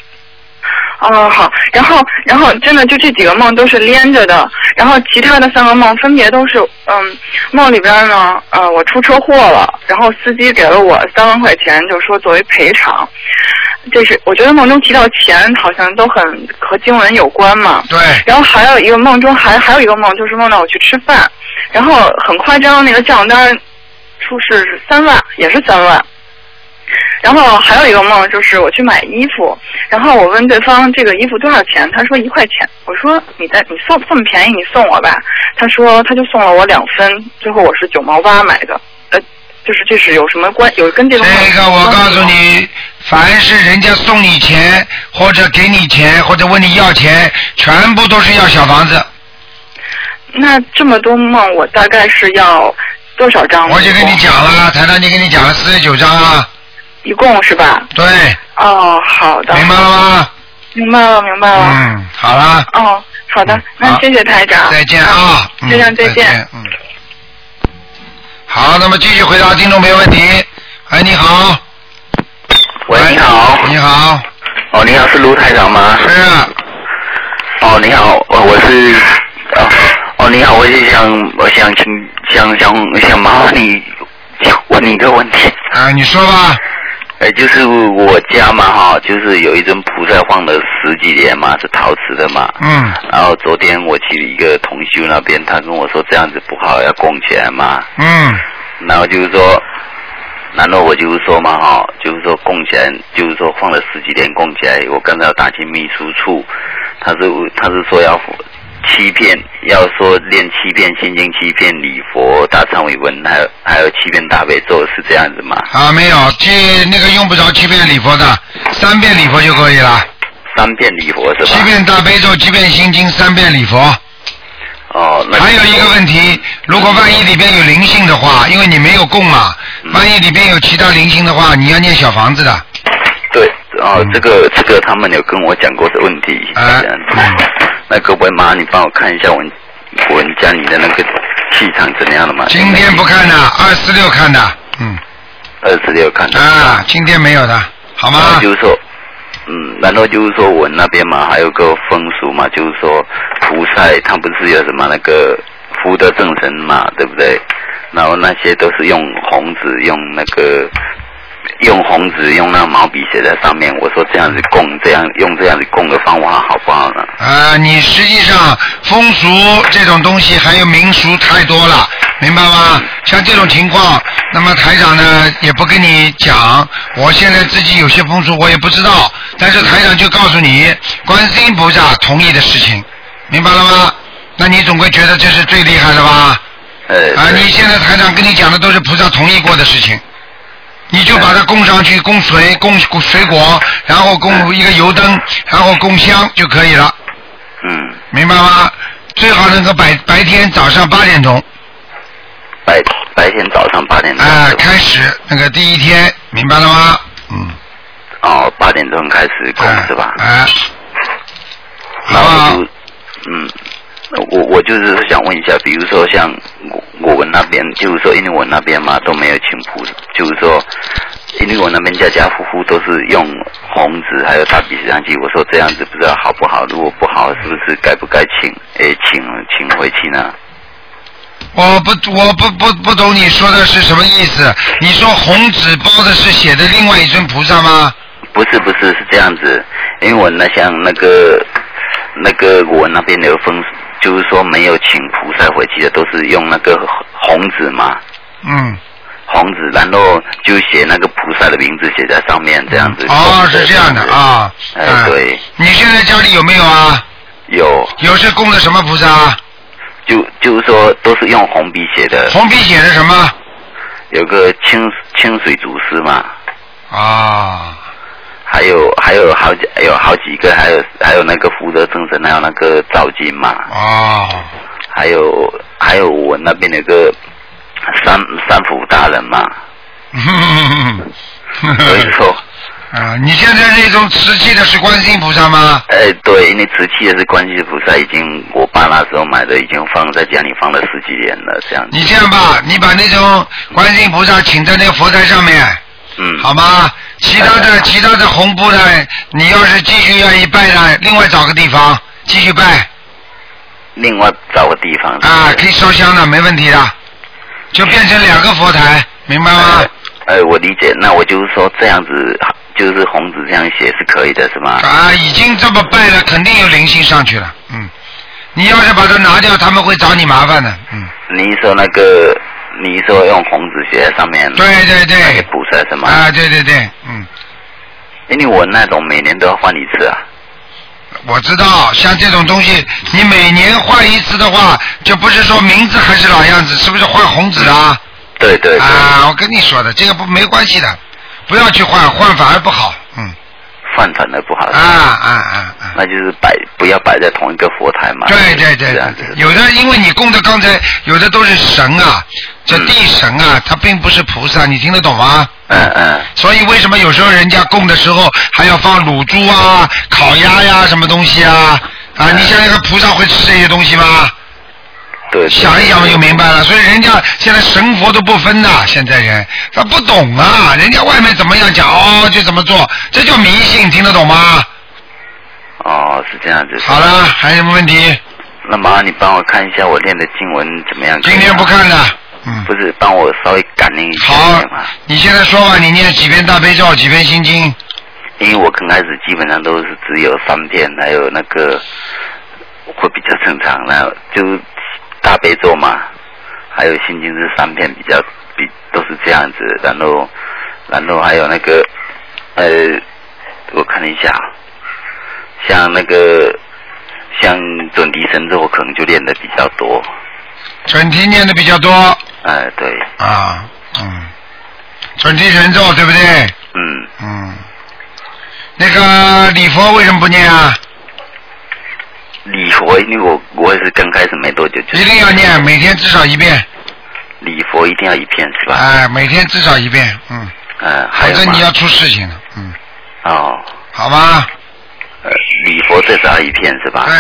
Speaker 6: 哦，好，然后，然后真的就这几个梦都是连着的，然后其他的三个梦分别都是，嗯，梦里边呢，呃，我出车祸了，然后司机给了我三万块钱，就说作为赔偿，这是我觉得梦中提到钱好像都很和经文有关嘛，
Speaker 2: 对，
Speaker 6: 然后还有一个梦中还还有一个梦，就是梦到我去吃饭，然后很夸张，那个账单出示三万，也是三万。然后还有一个梦，就是我去买衣服，然后我问对方这个衣服多少钱，他说一块钱。我说你在你送这么便宜，你送我吧。他说他就送了我两分，最后我是九毛八买的。呃，就是这是有什么关有跟这个梦
Speaker 2: 这个我
Speaker 6: 有关
Speaker 2: 告
Speaker 6: 系
Speaker 2: 诉
Speaker 6: 吗，
Speaker 2: 你，凡是人家送你钱或者给你钱或者问你要钱，全部都是要小房子。
Speaker 6: 那这么多梦，我大概是要多少张呢？
Speaker 2: 我就跟你讲了，台长就跟你讲了四十九张啊，
Speaker 6: 一共是吧？
Speaker 2: 对，
Speaker 6: 哦，好的，
Speaker 2: 明白了吗？
Speaker 6: 明白了，明白了。
Speaker 2: 嗯，好啦，
Speaker 6: 哦，好的
Speaker 2: 嗯，
Speaker 6: 那
Speaker 2: 好
Speaker 6: 谢谢台长。
Speaker 2: 再见啊，嗯
Speaker 6: 台长再
Speaker 2: 再见，嗯。好，那么继续回答听众朋友问题。哎，你好。
Speaker 7: 喂，
Speaker 2: 哎
Speaker 7: 你好。
Speaker 2: 你好，
Speaker 7: 哦，你好，是卢台长吗？
Speaker 2: 是啊
Speaker 7: 哦，你好，呃我是哦哦，你好，我是想我想请想想想麻烦你想问你一个问题，
Speaker 2: 啊，你说吧。
Speaker 7: 呃，就是我家嘛哈，就是有一尊菩萨放了十几年嘛，是陶瓷的嘛。
Speaker 2: 嗯
Speaker 7: 然后昨天我去一个同修那边，他跟我说这样子不好，要供起来嘛。
Speaker 2: 嗯
Speaker 7: 然后就是说，然后我就是说嘛哈、就是说供起来，就是说放了十几天供起来，我刚才有打进秘书处，他是他是说要欺骗，要说练欺骗心经、欺骗礼佛、大忏悔文，还有还有欺骗大悲咒，是这样子吗？
Speaker 2: 啊，没有，这那个用不着七遍礼佛的，三遍礼佛就可以了。
Speaker 7: 三遍礼佛是
Speaker 2: 七
Speaker 7: 吧？
Speaker 2: 遍大悲咒，七遍心经，三遍礼佛。
Speaker 7: 哦，那
Speaker 2: 还有一个问题，如果万一里边有灵性的话，因为你没有供嘛，
Speaker 7: 嗯
Speaker 2: 万一里边有其他灵性的话，你要念小房子的。
Speaker 7: 对，哦，
Speaker 2: 嗯
Speaker 7: 这个这个他们有跟我讲过的问题，
Speaker 2: 哎
Speaker 7: 这样子
Speaker 2: 嗯
Speaker 7: 那可不可以麻烦你帮我看一下我们我们家里的那个气场怎么样了吗？
Speaker 2: 啊今天不看的，二四六看的，嗯
Speaker 7: 二十六看到。
Speaker 2: 啊，今天没有的，好
Speaker 7: 然
Speaker 2: 吗
Speaker 7: 后？就是说，嗯，然后就是说我那边嘛，还有个风俗嘛，就是说菩萨他不是有什么那个福德正神嘛，对不对？然后那些都是用红纸，用那个用红纸，用那毛笔写在上面。我说这样子供，这样用这样子供的方法好不好呢？
Speaker 2: 呃，你实际上风俗这种东西还有民俗太多了，明白吗？像这种情况，那么台长呢也不跟你讲，我现在自己有些风俗我也不知道，但是台长就告诉你，观世音菩萨同意的事情，明白了吗？那你总归觉得这是最厉害的吧？
Speaker 7: 呃，
Speaker 2: 啊，
Speaker 7: 对
Speaker 2: 你现在台长跟你讲的都是菩萨同意过的事情，你就把它供上去，供水，供供水果，然后供一个油灯，然后供香就可以了。
Speaker 7: 嗯，
Speaker 2: 明白吗？最好能够白白天早上八点钟，
Speaker 7: 白白天早上八点钟，
Speaker 2: 啊、
Speaker 7: 是吧
Speaker 2: 开始那个第一天，明白了吗？嗯，
Speaker 7: 哦，八点钟开始供、
Speaker 2: 哎
Speaker 7: 是吧？
Speaker 2: 哎、
Speaker 7: 然
Speaker 2: 好不好
Speaker 7: 后我就，嗯，我我就是想问一下，比如说像我我们那边，就是说因为我那边嘛都没有请菩萨，就是说因为我那边家家户户都是用红纸还有大笔写上去，我说这样子不知道好不好，如果不好是不是该不该请诶请请回去呢？
Speaker 2: 我不，我不不不懂你说的是什么意思？你说红纸包的是写的另外一尊菩萨吗？
Speaker 7: 不是不是是这样子，因为我那像那个那个我那边的风，就是说没有请菩萨回去的，都是用那个红纸嘛。
Speaker 2: 嗯，
Speaker 7: 红纸，然后就写那个菩萨的名字写在上面，这样子。
Speaker 2: 哦，是这样的啊。
Speaker 7: 哎
Speaker 2: 嗯
Speaker 7: 对。
Speaker 2: 你现在家里有没有啊？
Speaker 7: 有，
Speaker 2: 有是供的什么菩萨？啊
Speaker 7: 就就是说都是用红笔写的，
Speaker 2: 红笔写的什么？
Speaker 7: 有个清清水祖师嘛，
Speaker 2: 啊，
Speaker 7: 还有还有好几有好几个，还有还有那个福德正神，还有那个赵金嘛，
Speaker 2: 哦，
Speaker 7: 还有还有我那边有个三三福大人嘛，所以说，
Speaker 2: 啊，你现在这种瓷器的是观世音菩萨吗？
Speaker 7: 哎，对，因为瓷器也是观世音菩萨，已经我爸那时候买的，已经放在家里放了十几年了，这样子。
Speaker 2: 你这样吧，你把那种观世音菩萨请在那个佛台上面，
Speaker 7: 嗯，
Speaker 2: 好吗？其他的其他的红布呢，你要是继续愿意拜呢，另外找个地方继续拜
Speaker 7: 另外找个地方。
Speaker 2: 啊，可以烧香的，没问题的，就变成两个佛台，明白吗？
Speaker 7: 哎，我理解。那我就是说这样子，就是红纸这样写是可以的，是吗？
Speaker 2: 啊，已经这么拜了，肯定有灵性上去了，嗯。你要是把它拿掉，他们会找你麻烦的，嗯。
Speaker 7: 你说那个，你说用红纸写在上面，
Speaker 2: 对对
Speaker 7: 那个
Speaker 2: 对，
Speaker 7: 菩萨是吗？
Speaker 2: 啊，对对对，嗯。
Speaker 7: 因为我那种每年都要换一次啊。
Speaker 2: 我知道，像这种东西，你每年换一次的话，就不是说名字还是老样子，是不是换红纸啊？
Speaker 7: 对对对，
Speaker 2: 啊，我跟你说的，这个不没关系的，不要去换，换反而不好。嗯，
Speaker 7: 换反而不好。
Speaker 2: 啊啊啊啊！
Speaker 7: 那就是摆不要摆在同一个佛台嘛。啊
Speaker 2: 对对对
Speaker 7: 这
Speaker 2: 对
Speaker 7: 样子
Speaker 2: 对，。有的因为你供的刚才有的都是神
Speaker 7: 嗯
Speaker 2: 啊，这地神啊，它并不是菩萨，你听得懂吗？
Speaker 7: 嗯嗯，
Speaker 2: 所以为什么有时候人家供的时候还要放卤猪啊、烤鸭呀、什么东西啊？
Speaker 7: 嗯
Speaker 2: 啊，你想想看，菩萨会吃这些东西吗？
Speaker 7: 对。对
Speaker 2: 想一想就明白了。所以人家现在神佛都不分呐、现在人他不懂啊，人家外面怎么样讲哦就怎么做，这叫迷信，听得懂吗？
Speaker 7: 哦，是这样子。
Speaker 2: 好了，还有什么问题？
Speaker 7: 那麻烦你帮我看一下我练的经文怎么样？
Speaker 2: 今天不。看了，嗯，
Speaker 7: 不是，帮我稍微感应一下
Speaker 2: 好
Speaker 7: 行吗，
Speaker 2: 你现在说吧，你念几遍大悲咒，几遍心经，
Speaker 7: 因为我刚开始基本上都是只有三片，还有那个会比较正常，然后就大悲咒嘛，还有心经是三片比较比都是这样子，然后然后还有那个呃，我看一下，啊像那个像准提神咒，我可能就练的比较多，
Speaker 2: 准提念的比较多
Speaker 7: 哎、对，
Speaker 2: 啊，嗯，准提神咒对不对？
Speaker 7: 嗯，
Speaker 2: 嗯，那个礼佛为什么不念啊？
Speaker 7: 礼佛，因为我我也是刚开始没多久，就
Speaker 2: 一定要念，每天至少一遍，
Speaker 7: 礼佛一定要一片是吧？
Speaker 2: 哎，每天至少一遍，嗯。
Speaker 7: 嗯，还有吗
Speaker 2: 反
Speaker 7: 啊
Speaker 2: 正你要出事情了，嗯，
Speaker 7: 哦。
Speaker 2: 好吧，
Speaker 7: 呃，礼佛最少一片是吧？
Speaker 2: 对，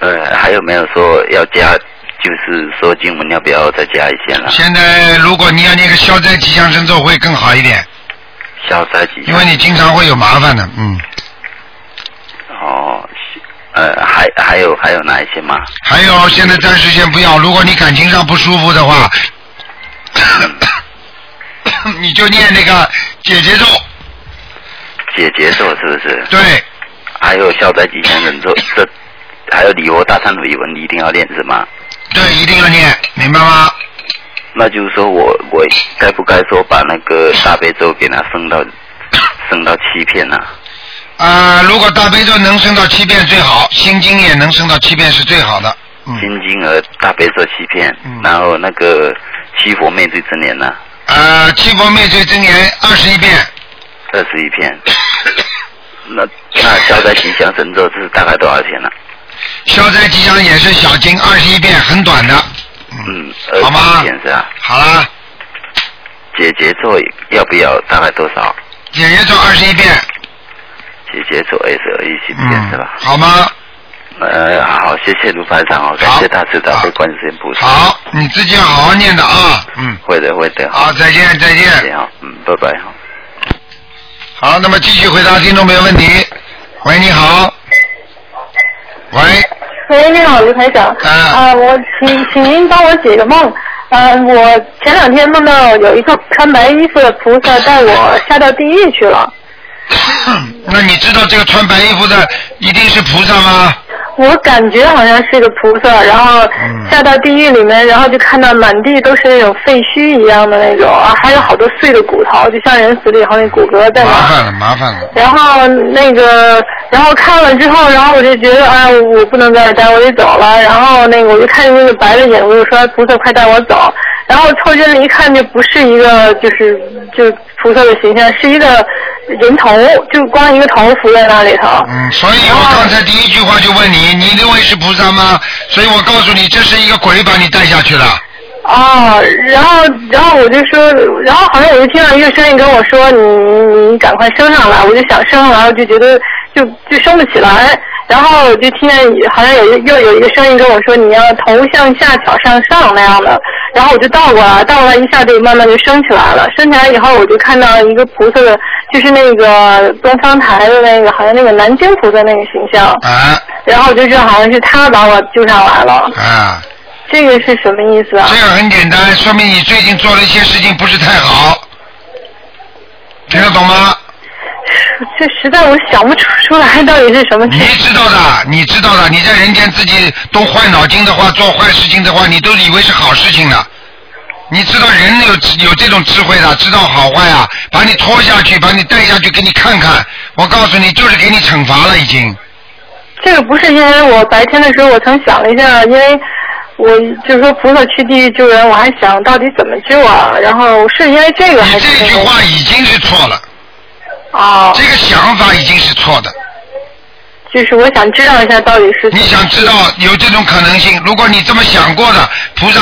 Speaker 7: 呃，还有没有说要加？就是说经文要不要再加一些了？
Speaker 2: 现在如果你要那个消灾吉祥神咒会更好一点，
Speaker 7: 消灾吉
Speaker 2: 因
Speaker 7: 祥。
Speaker 2: 为你经常会有麻烦的，嗯，
Speaker 7: 哦，呃，还还有还有哪一些吗？
Speaker 2: 还有现在暂时先不要，如果你感情上不舒服的 话，你就念那个解结咒，
Speaker 7: 解结咒是不是？
Speaker 2: 对，
Speaker 7: 还有消灾吉祥神咒，这还有礼佛大忏悔文一定要练是吗？
Speaker 2: 对，一定要念，明白吗？
Speaker 7: 那就是说我我该不该说把那个大悲咒给它升到 升到七片呢、
Speaker 2: 啊、如果大悲咒能升到七遍最好，心经也能升到七遍是最好的，嗯，
Speaker 7: 心经和大悲咒七片，
Speaker 2: 嗯
Speaker 7: 然后那个七佛灭罪真言呢、
Speaker 2: 呃，七佛灭罪真言二十一遍，
Speaker 7: 二十一 片。那那消灾吉祥神咒这是大概多少钱呢、
Speaker 2: 消灾吉祥也是小经二十一遍，很短的。
Speaker 7: 嗯，二
Speaker 2: 好
Speaker 7: 十
Speaker 2: 吗
Speaker 7: 一片是吧？
Speaker 2: 好啦，
Speaker 7: 解结咒要不要？大概多少？
Speaker 2: 姐姐咒二十一遍，
Speaker 7: 解结咒也是二十一片是
Speaker 2: 嗯，
Speaker 7: 吧？
Speaker 2: 好吗？
Speaker 7: 呃，好，谢谢卢排长哦，感谢大慈大
Speaker 2: 嗯好
Speaker 7: 悲观世音菩萨。，
Speaker 2: 好，你自己要好好念的啊，嗯，
Speaker 7: 会的会的。
Speaker 2: 好，再见，再
Speaker 7: 谢
Speaker 2: 见。啊
Speaker 7: 谢哦，嗯，拜拜哦。
Speaker 2: 好，那么继续回答听众朋友问题。喂，你好。喂，
Speaker 8: 喂，你好，卢台长。
Speaker 2: 啊
Speaker 8: 呃我请请您帮我解个梦。呃，我前两天梦到有一个穿白衣服的菩萨带我下到地狱去了。
Speaker 2: 那你知道这个穿白衣服的一定是菩萨吗？
Speaker 8: 我感觉好像是个菩萨，然后
Speaker 2: 嗯
Speaker 8: 下到地狱里面，然后就看到满地都是那种废墟一样的那种，啊，还有好多碎的骨头，就像人死了以后那骨骼在哪
Speaker 2: 麻
Speaker 8: 儿。
Speaker 2: 烦了，麻烦了。
Speaker 8: 然后那个，然后看了之后，然后我就觉得，哎，我不能在这待，我得走了。然后那个，我就看见那个白的影子，我说菩萨快带我走。然后凑近了一看，就不是一个，就是就菩萨的形象，是一个人头，就光一个头浮在那里头。
Speaker 2: 嗯，所以我刚才第一句话就问你，你认为是菩萨吗？所以我告诉你，这是一个鬼把你带下去了。
Speaker 8: 哦，然后然后我就说，然后好像我就听到一啊个声音跟我说，你你赶快升上来，我就想升，然后就觉得就就升不起来，然后我就听见好像有一又有一个声音跟我说，你要头向下，脚向上那样的，然后我就倒过来，倒过来一下就慢慢就升起来了，升起来以后我就看到一个菩萨的，就是那个东方台的那个，好像那个南京菩萨那个形象，
Speaker 2: 啊
Speaker 8: 然后就是好像是他把我救上来了，
Speaker 2: 啊，
Speaker 8: 这个是什么意思啊？
Speaker 2: 这个很简单，说明你最近做了一些事情不是太好，听得懂吗？
Speaker 8: 这实在我想不出出来到底是什么
Speaker 2: 你
Speaker 8: 情
Speaker 2: 知道的，你知道的，你在人间自己动坏脑筋的话，做坏事情的话，你都以为是好事情呢。你知道人有有这种智慧的，知道好坏啊，把你拖下去，把你带下去给你看看。我告诉你，就是给你惩罚了已经。
Speaker 8: 这个不是因为我白天的时候我曾想了一下，因为我就是说菩萨去地狱救人，我还想到底怎么救啊？然后是因为这个还
Speaker 2: 你
Speaker 8: 是
Speaker 2: 这
Speaker 8: 因
Speaker 2: 句
Speaker 8: 为
Speaker 2: 话已经是错了，
Speaker 8: 哦，
Speaker 2: 这个想法已经是错的。
Speaker 8: 就是我想知道一下到底是怎
Speaker 2: 你
Speaker 8: 么
Speaker 2: 想知道有这种可能性？如果你这么想过的，菩萨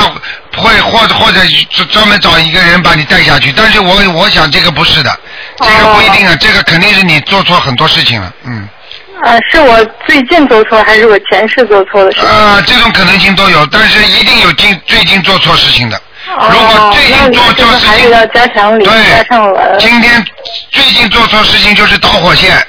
Speaker 2: 会或者或者专门找一个人把你带下去。但是我我想这个不是的，
Speaker 8: 哦
Speaker 2: 这个不一定啊，这个肯定是你做错很多事情了，嗯，
Speaker 8: 啊、是我最近做错还是我前世做错的事？
Speaker 2: 呃，这种可能性都有，但是一定有近最近做错事情的。如果
Speaker 8: 哦，
Speaker 2: 最
Speaker 8: 那
Speaker 2: 近
Speaker 8: 你
Speaker 2: 做
Speaker 8: 这
Speaker 2: 错
Speaker 8: 个
Speaker 2: 事
Speaker 8: 还
Speaker 2: 情
Speaker 8: 是，要加强理，加上
Speaker 2: 对，
Speaker 8: 文。
Speaker 2: 今天最近做错事情就是导火线，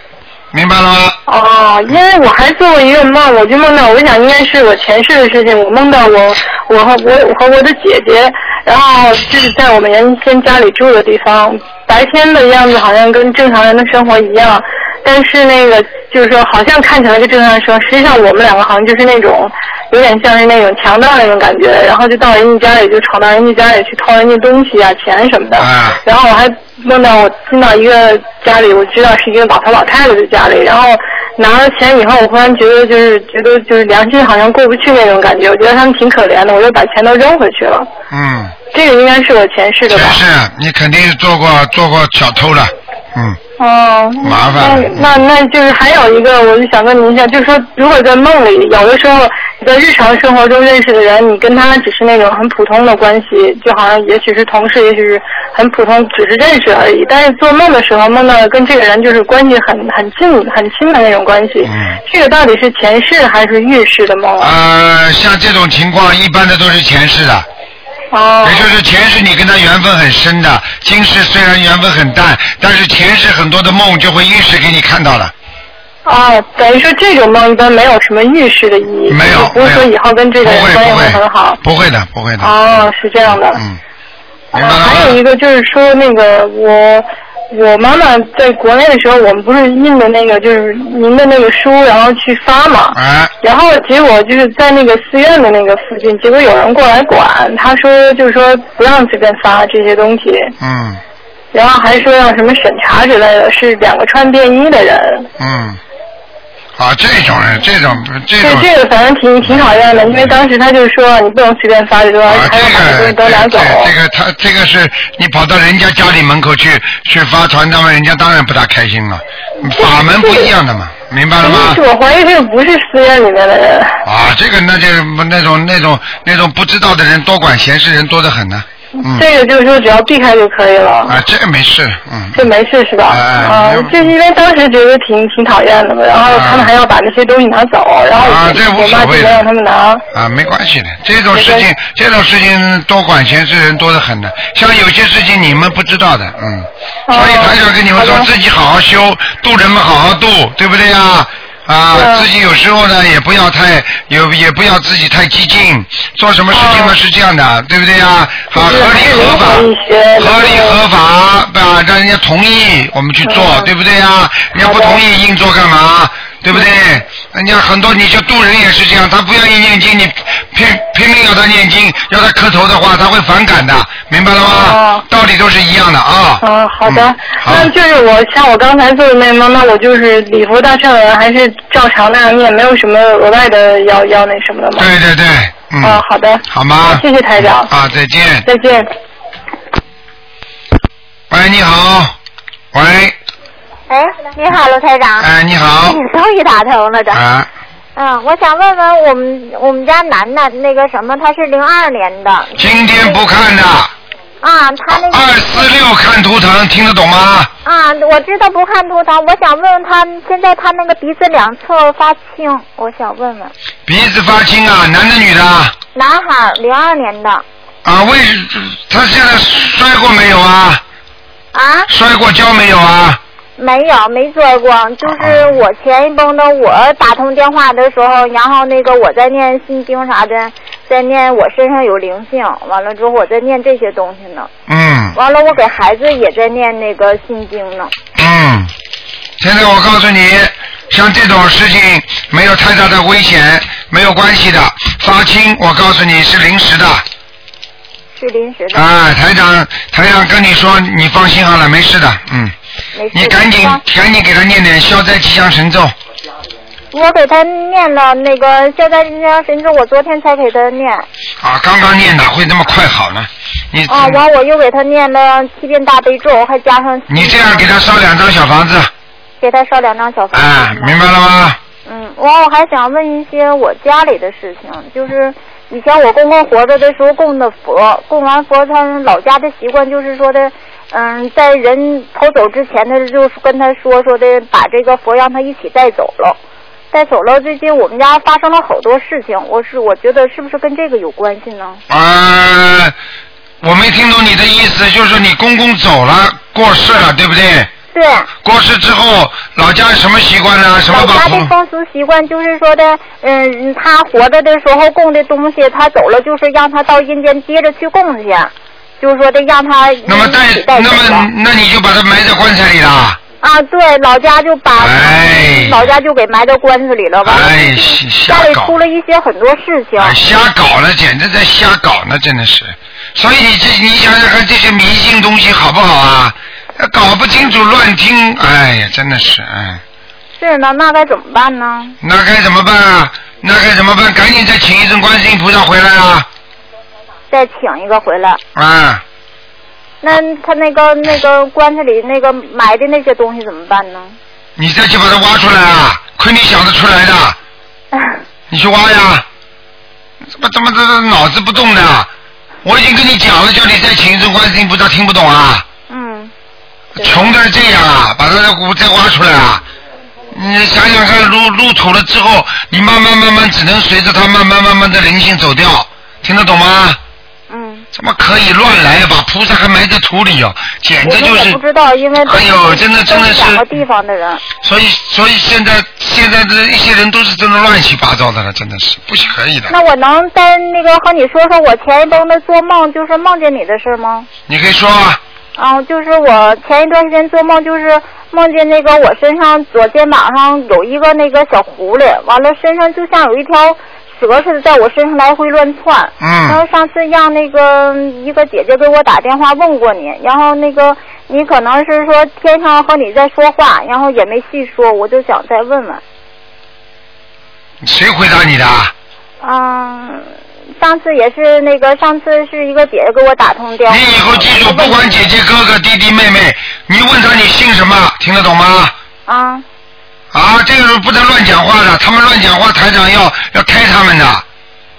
Speaker 2: 明白了吗？
Speaker 8: 哦，因为我还做过一个梦，我就梦到，我想应该是我前世的事情，我梦到我我和我我和我的姐姐，然后就是在我们原先家里住的地方，白天的样子好像跟正常人的生活一样，但是那个就是说好像看起来跟正常人生活，实际上我们两个好像就是那种有点像是那种强盗那种感觉，然后就到人家家里就闯到人家家里去偷人家东西啊、钱什么的。
Speaker 2: 啊
Speaker 8: 然后我还梦到我进到一个家里，我知道是一个老头老太太的家里，然后拿了钱以后，我忽然觉得就是觉得就是良心好像过不去那种感觉，我觉得他们挺可怜的，我就把钱都扔回去了。
Speaker 2: 嗯，
Speaker 8: 这个应该是我前世的
Speaker 2: 全
Speaker 8: 吧？
Speaker 2: 是啊你肯定是做过做过小偷了，嗯。
Speaker 8: 哦，
Speaker 2: 麻烦
Speaker 8: 那那那就是还有一个，我就想问您一下，就是说，如果在梦里，有的时候你在日常生活中认识的人，你跟他只是那种很普通的关系，就好像也许是同事，也许是很普通，只是认识而已。但是做梦的时候，梦到跟这个人就是关系很很近、很亲的那种关系，
Speaker 2: 嗯
Speaker 8: 这个到底是前世还是预示的梦啊？
Speaker 2: 呃，像这种情况，一般的都是前世的，
Speaker 8: 哦
Speaker 2: 也就是前世你跟他缘分很深的，今世虽然缘分很淡，但是前世很多的梦就会预示给你看到了，啊
Speaker 8: 哦，等于说这种梦一般没有什么预示的意义，
Speaker 2: 没有，
Speaker 8: 就不是说
Speaker 2: 没有
Speaker 8: 以后跟这个人
Speaker 2: 不会
Speaker 8: 关系
Speaker 2: 不
Speaker 8: 会
Speaker 2: 会
Speaker 8: 很好。
Speaker 2: 不会的，不会的，
Speaker 8: 哦，是这样的。
Speaker 2: 嗯，
Speaker 8: 啊
Speaker 2: 明白了吗
Speaker 8: 还有一个就是说，那个我我妈妈在国内的时候，我们不是印的那个就是您的那个书，然后去发嘛。
Speaker 2: 哎，
Speaker 8: 然后结果就是在那个寺院的那个附近，结果有人过来管，他说就是说不让随便发这些东西，
Speaker 2: 嗯
Speaker 8: 然后还说要什么审查之类的，是两个穿便衣的人。
Speaker 2: 嗯，啊，这种人，这种这
Speaker 8: 对
Speaker 2: 种，
Speaker 8: 这个反正挺挺讨厌的，因为当时他就说你不能随便发这东西，
Speaker 2: 啊，
Speaker 8: 还要把这东西
Speaker 2: 这个
Speaker 8: 都拿
Speaker 2: 这
Speaker 8: 走。
Speaker 2: 这个他这个是你跑到人家家里门口去去发传单嘛，人家当然不大开心了，法门不一样的嘛，明白了吗？
Speaker 8: 是我怀疑这个不是寺院里面的人。
Speaker 2: 啊，这个那就是那种那种那种不知道的人多管闲事人多得很呢、嗯，
Speaker 8: 这个就是说只要避开就可以了，
Speaker 2: 啊，这个没事，嗯，
Speaker 8: 这没事是吧？
Speaker 2: 哎
Speaker 8: 啊
Speaker 2: 没有，
Speaker 8: 就是因为当时觉得挺挺讨厌的嘛，然后他们还要把那些东西拿走，然后
Speaker 2: 啊这无
Speaker 8: 我妈
Speaker 2: 所
Speaker 8: 就
Speaker 2: 谓
Speaker 8: 没
Speaker 2: 的
Speaker 8: 让他们拿。
Speaker 2: 啊，没关系的，这种
Speaker 8: 没
Speaker 2: 事
Speaker 8: 关
Speaker 2: 情这种事情多管闲事人多得很的，像有些事情你们不知道的，嗯，
Speaker 8: 哦
Speaker 2: 所以台长跟你们说
Speaker 8: 好的
Speaker 2: 自己好好修，度人们好好度，对不对呀？啊，
Speaker 8: 嗯
Speaker 2: 自己有时候呢也不要太有，也不要自己太激进，做什么事情呢
Speaker 8: 哦
Speaker 2: 是这样的，对不对呀？啊，合
Speaker 8: 就是还
Speaker 2: 理
Speaker 8: 是
Speaker 2: 合
Speaker 8: 灵
Speaker 2: 法
Speaker 8: 活一，些
Speaker 2: 合理
Speaker 8: 然后
Speaker 2: 合法啊，让人家同意我们去做，
Speaker 8: 嗯
Speaker 2: 对不对呀？人家不同意硬做干嘛？对不对？人家很多，你像渡人也是这样，他不愿意念经，你拼拼命要他念经，要他磕头的话，他会反感的，明白了吗？
Speaker 8: 哦
Speaker 2: 道理都是一样的啊。
Speaker 8: 嗯，好的，
Speaker 2: 嗯好
Speaker 8: 那就是我像我刚才做的那梦，那我就是礼佛大忏文还是照常那样念，没有什么额外的要要那什么的吗？
Speaker 2: 对对对，嗯。
Speaker 8: 啊好的
Speaker 2: 好吗？
Speaker 8: 谢谢台长
Speaker 2: 啊，再见。
Speaker 8: 再见。
Speaker 2: 喂，你好。喂，
Speaker 9: 哎，你好，卢台长。
Speaker 2: 哎，你好。
Speaker 10: 哦
Speaker 9: 你终于打通了的。
Speaker 2: 啊，
Speaker 9: 嗯，我想问问我们我们家男的那个什么，他是零二年的
Speaker 2: 今天不看的，
Speaker 9: 啊，他那个
Speaker 2: 二四六看图腾，听得懂吗？
Speaker 9: 啊，我知道不看图腾，我想问问他，现在他那个鼻子两侧发青，我想问问，
Speaker 2: 鼻子发青啊，男的女的啊？
Speaker 9: 男孩儿零二年的
Speaker 2: 啊，为他现在摔过没有啊？
Speaker 9: 啊，
Speaker 2: 摔过跤没有啊？
Speaker 9: 没有没做过，就是我前一帮的我打通电话的时候，然后那个我在念心经啥的，在念我身上有灵性，完了之后我在念这些东西呢，
Speaker 2: 嗯
Speaker 9: 完了我给孩子也在念那个心经呢，
Speaker 2: 嗯，现在我告诉你，像这种事情没有太大的危险，没有关系的。发青，我告诉你是临时的。
Speaker 9: 是临时的，
Speaker 2: 啊，台长，台长跟你说，你放心好了，没事的，嗯，
Speaker 9: 没事的。
Speaker 2: 你赶紧赶紧给他念点消灾吉祥神咒，
Speaker 9: 我给他念了那个消灾吉祥神咒，我昨天才给他念，
Speaker 2: 啊，刚刚念哪会那么快好呢？你、
Speaker 9: 啊，完嗯我又给他念了七遍大悲咒，还加上
Speaker 2: 你这样给他烧两张小房子，
Speaker 9: 给他烧两张小房子。
Speaker 2: 啊，明白了吗？
Speaker 9: 嗯，完我还想问一些我家里的事情，就是以前我公公活着的时候供的佛，供完佛，他们老家的习惯就是说的，嗯，在人头走之前，他就跟他说说的，把这个佛让他一起带走了。带走了，最近我们家发生了好多事情，我是我觉得是不是跟这个有关系呢？
Speaker 2: 啊，我没听懂你的意思，就是你公公走了，过世了，对不对？
Speaker 9: 对，
Speaker 2: 过世之后，老家有什么习惯呢？什么
Speaker 9: 老
Speaker 2: 把
Speaker 9: 家的
Speaker 2: 红
Speaker 9: 风俗习惯就是说的，嗯，他活着的时候供的东西，他走了就是让他到阴间接着去供去，啊就是说的让他一
Speaker 2: 那么带
Speaker 9: 起，带
Speaker 2: 那
Speaker 9: 走
Speaker 2: 么
Speaker 9: 了。
Speaker 2: 嗯那你就把它埋在棺材里了。
Speaker 9: 啊，对，老家就把、
Speaker 2: 哎
Speaker 9: 老家就给埋到棺材里了，完了、
Speaker 2: 哎，瞎
Speaker 9: 家里
Speaker 2: 搞
Speaker 9: 出。了一些很多事情。
Speaker 2: 哎，瞎搞了，简直在瞎搞呢，真的是。所以你这你想想看，这些迷信东西好不好啊？搞不清楚乱听，哎呀，真的是，哎，
Speaker 9: 是呢，那该怎么办呢？
Speaker 2: 那该怎么办啊？那该怎么办？赶紧再请一尊观世音菩萨回来啊！
Speaker 9: 再请一个回来。
Speaker 2: 啊，
Speaker 9: 那他那个那个棺材里那个埋的那些东西怎么办呢？
Speaker 2: 你再去把它挖出来啊！亏你想得出来的，你去挖呀！怎么怎么这这脑子不动的？我已经跟你讲了，叫你再请一尊观世音菩萨，听不懂啊？
Speaker 7: Mm.
Speaker 9: 嗯，
Speaker 2: 穷成这样啊，把它骨再挖出来啊！你想想看，入入土了之后，你慢慢慢慢只能随着它慢慢慢慢的灵性走掉，听得懂吗？
Speaker 9: 嗯，
Speaker 2: 怎么可以乱来？把菩萨还埋在土里哦，简
Speaker 9: 我
Speaker 2: 直就
Speaker 9: 们也
Speaker 2: 是
Speaker 9: 不。知道，因为
Speaker 2: 哎呦真的真的
Speaker 9: 都
Speaker 2: 是
Speaker 9: 两个地方的人。
Speaker 2: 所以所以现在现在的一些人都是真的乱七八糟的了，真的是不可以的。
Speaker 9: 那我能再那个和你说说我前一段的做梦，就是梦见你的事吗？
Speaker 2: 你可以说啊，
Speaker 9: 嗯，就是我前一段时间做梦，就是梦见那个我身上左肩膀上有一个那个小狐狸，完了身上就像有一条蛇似的在我身上来回乱窜。然
Speaker 2: 嗯
Speaker 9: 后上次让那个嗯一个姐姐给我打电话问过你，然后那个你可能是说天上和你在说话，然后也没细说，我就想再问问。
Speaker 2: 谁回答你的啊？
Speaker 9: 嗯，上次也是那个，上次是一个姐姐给我打通电话。
Speaker 2: 你以后记住，不管姐姐、哥哥、弟弟、妹妹，你问他你姓什么，听得懂吗？
Speaker 9: 啊、
Speaker 2: 啊，这个人不能乱讲话的，他们乱讲话，台长要要开他们的，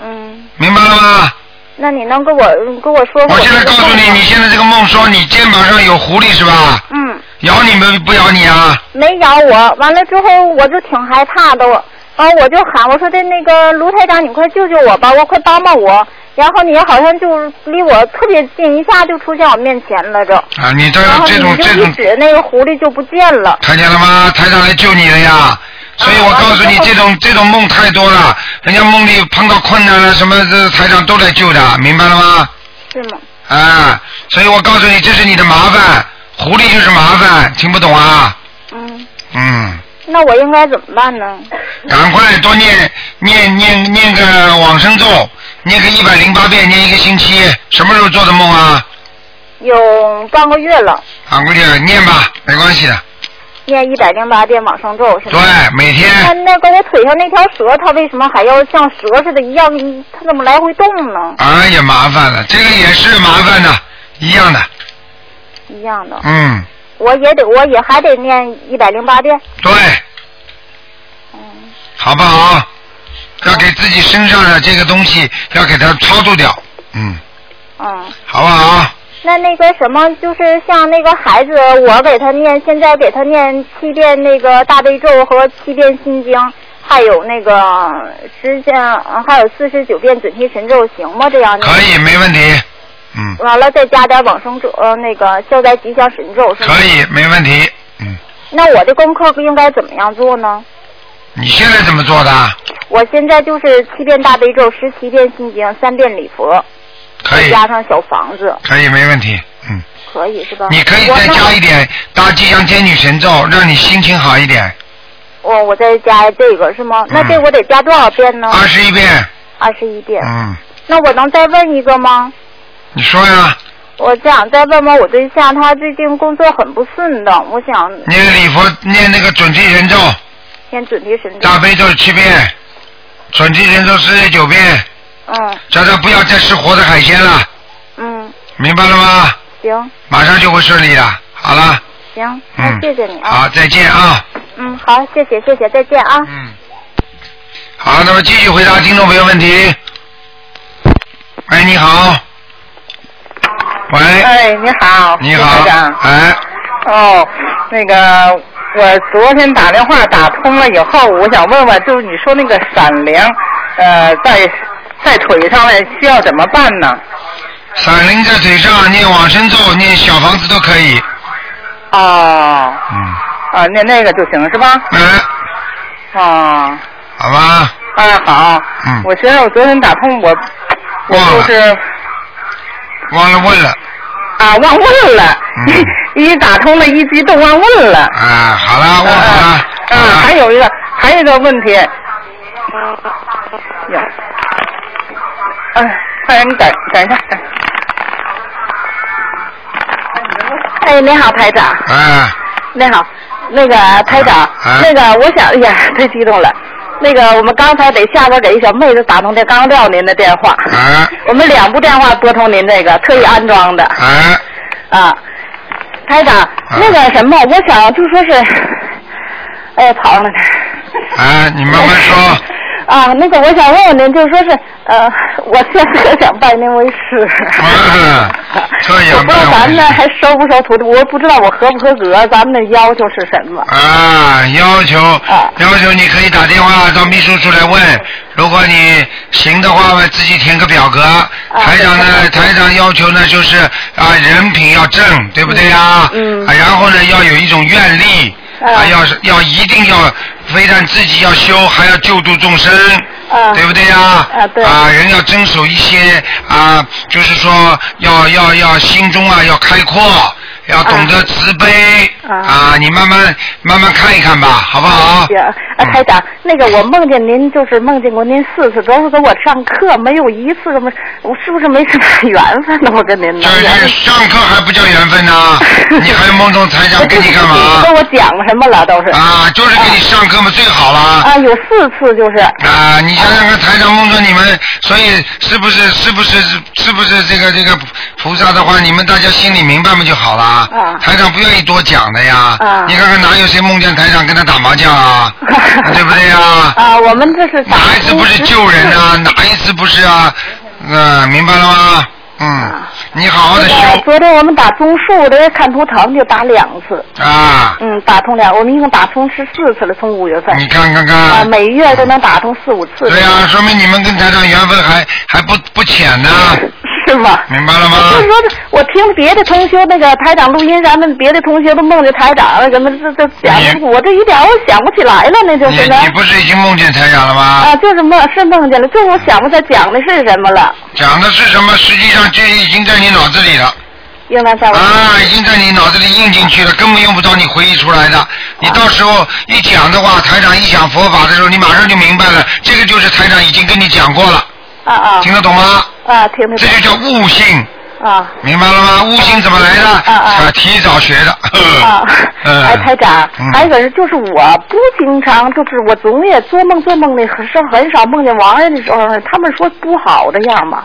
Speaker 9: 嗯，
Speaker 2: 明白了吗？
Speaker 9: 那你能跟我跟我说说？
Speaker 2: 我现在告诉你，你现在这个梦说你肩膀上有狐狸是吧？
Speaker 9: 嗯，
Speaker 2: 咬你们不咬你啊？
Speaker 9: 没咬我。完了之后，我就挺害怕的，我，然后我就喊我说的那个卢台长，你快救救我吧，我快帮帮我。然后你好像就离我特别近，一下就出现我面前了就。
Speaker 2: 啊，你这
Speaker 9: 然后
Speaker 2: 这种
Speaker 9: 你就
Speaker 2: 这
Speaker 9: 一
Speaker 2: 种，
Speaker 9: 指那个狐狸就不见了。
Speaker 2: 看见了吗？台长来救你了
Speaker 9: 啊
Speaker 2: 呀！所以我告诉你，这种这种梦太多了，人家梦里碰到困难了什么，这台长都来救的，明白了吗？
Speaker 9: 是吗？
Speaker 2: 啊，所以我告诉你，这是你的麻烦，狐狸就是麻烦，听不懂啊？
Speaker 9: 嗯，
Speaker 2: 嗯。
Speaker 9: 那我应该怎么办呢？
Speaker 2: 赶快多念念念念个往生咒，念个一百零八遍，念一个星期。什么时候做的梦啊？
Speaker 9: 有半个月了。
Speaker 2: 赶快点念吧，没关系的。哎
Speaker 9: 念一百零八遍往上咒是
Speaker 2: 对
Speaker 9: 吗？，
Speaker 2: 每
Speaker 9: 那
Speaker 2: 天
Speaker 9: 那个我腿上那条蛇，它为什么还要像蛇似的一样？它怎么来回动呢？
Speaker 2: 哎呀麻烦了，这个也是麻烦的，一样的。
Speaker 9: 一样的，
Speaker 2: 嗯，
Speaker 9: 我也得，我也还得念一百零八遍。
Speaker 2: 对，
Speaker 9: 嗯，
Speaker 2: 好不好？要给自己身上的这个东西要给它超度掉，嗯，
Speaker 9: 嗯。
Speaker 2: 好不好？
Speaker 9: 那那个什么，就是像那个孩子，我给他念，现在给他念七遍那个大悲咒和七遍心经，还有那个十遍，呃还有四十九遍准提神咒，行吗？这样
Speaker 2: 可以，没问题，嗯
Speaker 9: 完了再加点往生咒，呃，那个消灾吉祥神咒，是吗？
Speaker 2: 可以，没问题。
Speaker 9: 那我的功课应该怎么样做呢？
Speaker 2: 你现在怎么做的？
Speaker 9: 我现在就是七遍大悲咒，十七遍心经，三遍礼佛，
Speaker 2: 可以
Speaker 9: 再加上小房子，
Speaker 2: 可以，没问题。嗯
Speaker 9: 可以
Speaker 10: 啊
Speaker 9: 是吧？
Speaker 2: 你可以再加一点大吉祥天女神咒，让你心情好一点。
Speaker 9: 我哦我再加这个是吗？那这我得加多少遍呢？
Speaker 2: 嗯二十一遍。
Speaker 9: 二十一遍。
Speaker 2: 嗯，
Speaker 9: 那我能再问一个吗？
Speaker 2: 你说呀，
Speaker 9: 我想再问问我对象，他最近工作很不顺当，我想
Speaker 2: 念礼佛，念那个准提神咒，
Speaker 10: 嗯
Speaker 9: 先准提神咒。
Speaker 2: 大悲咒七遍，准提神咒四十九遍，
Speaker 9: 嗯
Speaker 2: 叫他不要再吃活的海鲜了，
Speaker 9: 嗯，
Speaker 2: 明白了吗？
Speaker 9: 行
Speaker 2: 马上就会顺利的。好了，
Speaker 9: 行，
Speaker 2: 嗯
Speaker 9: 那谢谢你啊。
Speaker 2: 好，再见啊。
Speaker 9: 嗯，好，谢谢谢谢，再见啊。
Speaker 2: 嗯。好，那么继续回答听众朋友问题。喂，你好。喂。
Speaker 10: 哎，你好，
Speaker 2: 你好
Speaker 10: 台长。
Speaker 2: 哎。
Speaker 10: 哦，那个，我昨天打电话打通了以后，我想问问，就是你说那个闪灵，呃，在在腿上面需要怎么办呢？
Speaker 2: 闪灵在腿上，念往生咒，念小房子都可以。
Speaker 11: 啊
Speaker 10: 哦，
Speaker 2: 嗯，
Speaker 10: 啊，念那个就行是吧？
Speaker 2: 嗯。
Speaker 10: 哦，
Speaker 2: 好吧。
Speaker 10: 哎，好。
Speaker 2: 嗯
Speaker 10: 我觉得我昨天打通，我我就是
Speaker 2: 忘了问了
Speaker 10: 啊忘问了， 一打通了，一激动忘问了。
Speaker 2: 嗯啊，好了，啊忘
Speaker 10: 了。嗯、还有一个，还有一个问题。呀，哎，快点，你等等一下。等
Speaker 12: 哎，你好，台长，
Speaker 2: 哎，
Speaker 12: 你好，那个台长，
Speaker 2: 啊
Speaker 12: 那个我想，哎呀， 太激动了。那个，我们刚才得下边给一小妹子打通的，刚撂您的电话。
Speaker 2: 啊。
Speaker 12: 我们两部电话拨通您这个，特意安装的。
Speaker 2: 啊。
Speaker 12: 啊，台长，那个什么，我想就说是，哎呀，跑了呢。
Speaker 2: 啊，你慢慢说。
Speaker 12: 啊，那个我想问问您，就说是，呃，我现在可想拜您为师。
Speaker 2: 嗯，这也
Speaker 12: 我不知道咱们那还收不收徒弟，我不知道我合不合格，咱们的要求是什么。
Speaker 2: 啊，要求要求你可以打电话到秘书处来问，如果你行的话嘛，自己填个表格。台长呢，台长要求呢就是啊，人品要正，对不对啊？嗯。啊，然后呢，要有一种愿力。啊，要是要一定要，非但自己要修，还要救度众生，对不对呀？啊，对。啊，人要遵守一些啊，就是说要要要心中啊要开阔，要懂得慈悲啊你慢慢慢慢看一看吧，好不好？
Speaker 12: 行，
Speaker 2: 嗯
Speaker 12: 啊，台长，那个我梦见您，就是梦见过您四次，都是给我上课，没有一次什么，我是不是没什么 缘分呢？我跟您呢，
Speaker 2: 这上课还不叫缘分呢、 你还有梦中台长跟你干
Speaker 12: 你
Speaker 2: 嘛？
Speaker 12: 跟我讲什么了都是？
Speaker 2: 啊，就是给你上课嘛，最好了。啊，
Speaker 12: 有四次就是。
Speaker 2: 啊，你想想看，台长梦中你们，所以是不是是不是是不是这个这个菩萨的话，你们大家心里明白嘛就好了。啊。台长不愿意多讲的呀。啊。你看看哪有谁梦见台长跟他打麻将啊？ 对不对呀？
Speaker 12: 啊，我们这是
Speaker 2: 哪一次不是救人 啊？哪一次不是啊？嗯、明白了吗？
Speaker 12: 啊
Speaker 2: 嗯，你好好的修
Speaker 12: 那个昨天我们打综述的看图腾就打两次，
Speaker 2: 啊。
Speaker 12: 嗯，打通两，我们一共打通十四次了，从五月份。
Speaker 2: 你看看看
Speaker 12: 啊，每月都能打通四五次。
Speaker 2: 对呀、说明你们跟台长缘分还还不不浅呢。
Speaker 12: 是吗？
Speaker 2: 明白了吗？
Speaker 12: 就是说，我听别的同修那个台长录音，咱们别的同学都梦见台长了，怎么这这想，我这一点我想不起来了，那就是呢。
Speaker 2: 你不是已经梦见台长了吗？
Speaker 12: 啊，就是梦是梦见了，就是我想不起来讲的是什么了。
Speaker 2: 讲的是什么？实际上这已经在你脑子里了。
Speaker 12: 应该在我
Speaker 2: 啊，已经在你脑子里印进去了，根本用不着你回忆出来的。你到时候一讲的话，台长一讲佛法的时候，你马上就明白了，这个就是台长已经跟你讲过了。
Speaker 12: 啊啊。
Speaker 2: 听得懂吗？
Speaker 12: 啊，听得懂。
Speaker 2: 这就叫悟性，
Speaker 12: 啊。
Speaker 2: 明白了吗？悟性怎么来的？
Speaker 12: 啊啊
Speaker 2: 提早学的。
Speaker 12: 啊，
Speaker 2: 嗯
Speaker 12: 哎，台长，还有个是，就是我不经常，就是我总也做梦做梦的，很少很少梦见亡人的时候，他们说不好的样嘛，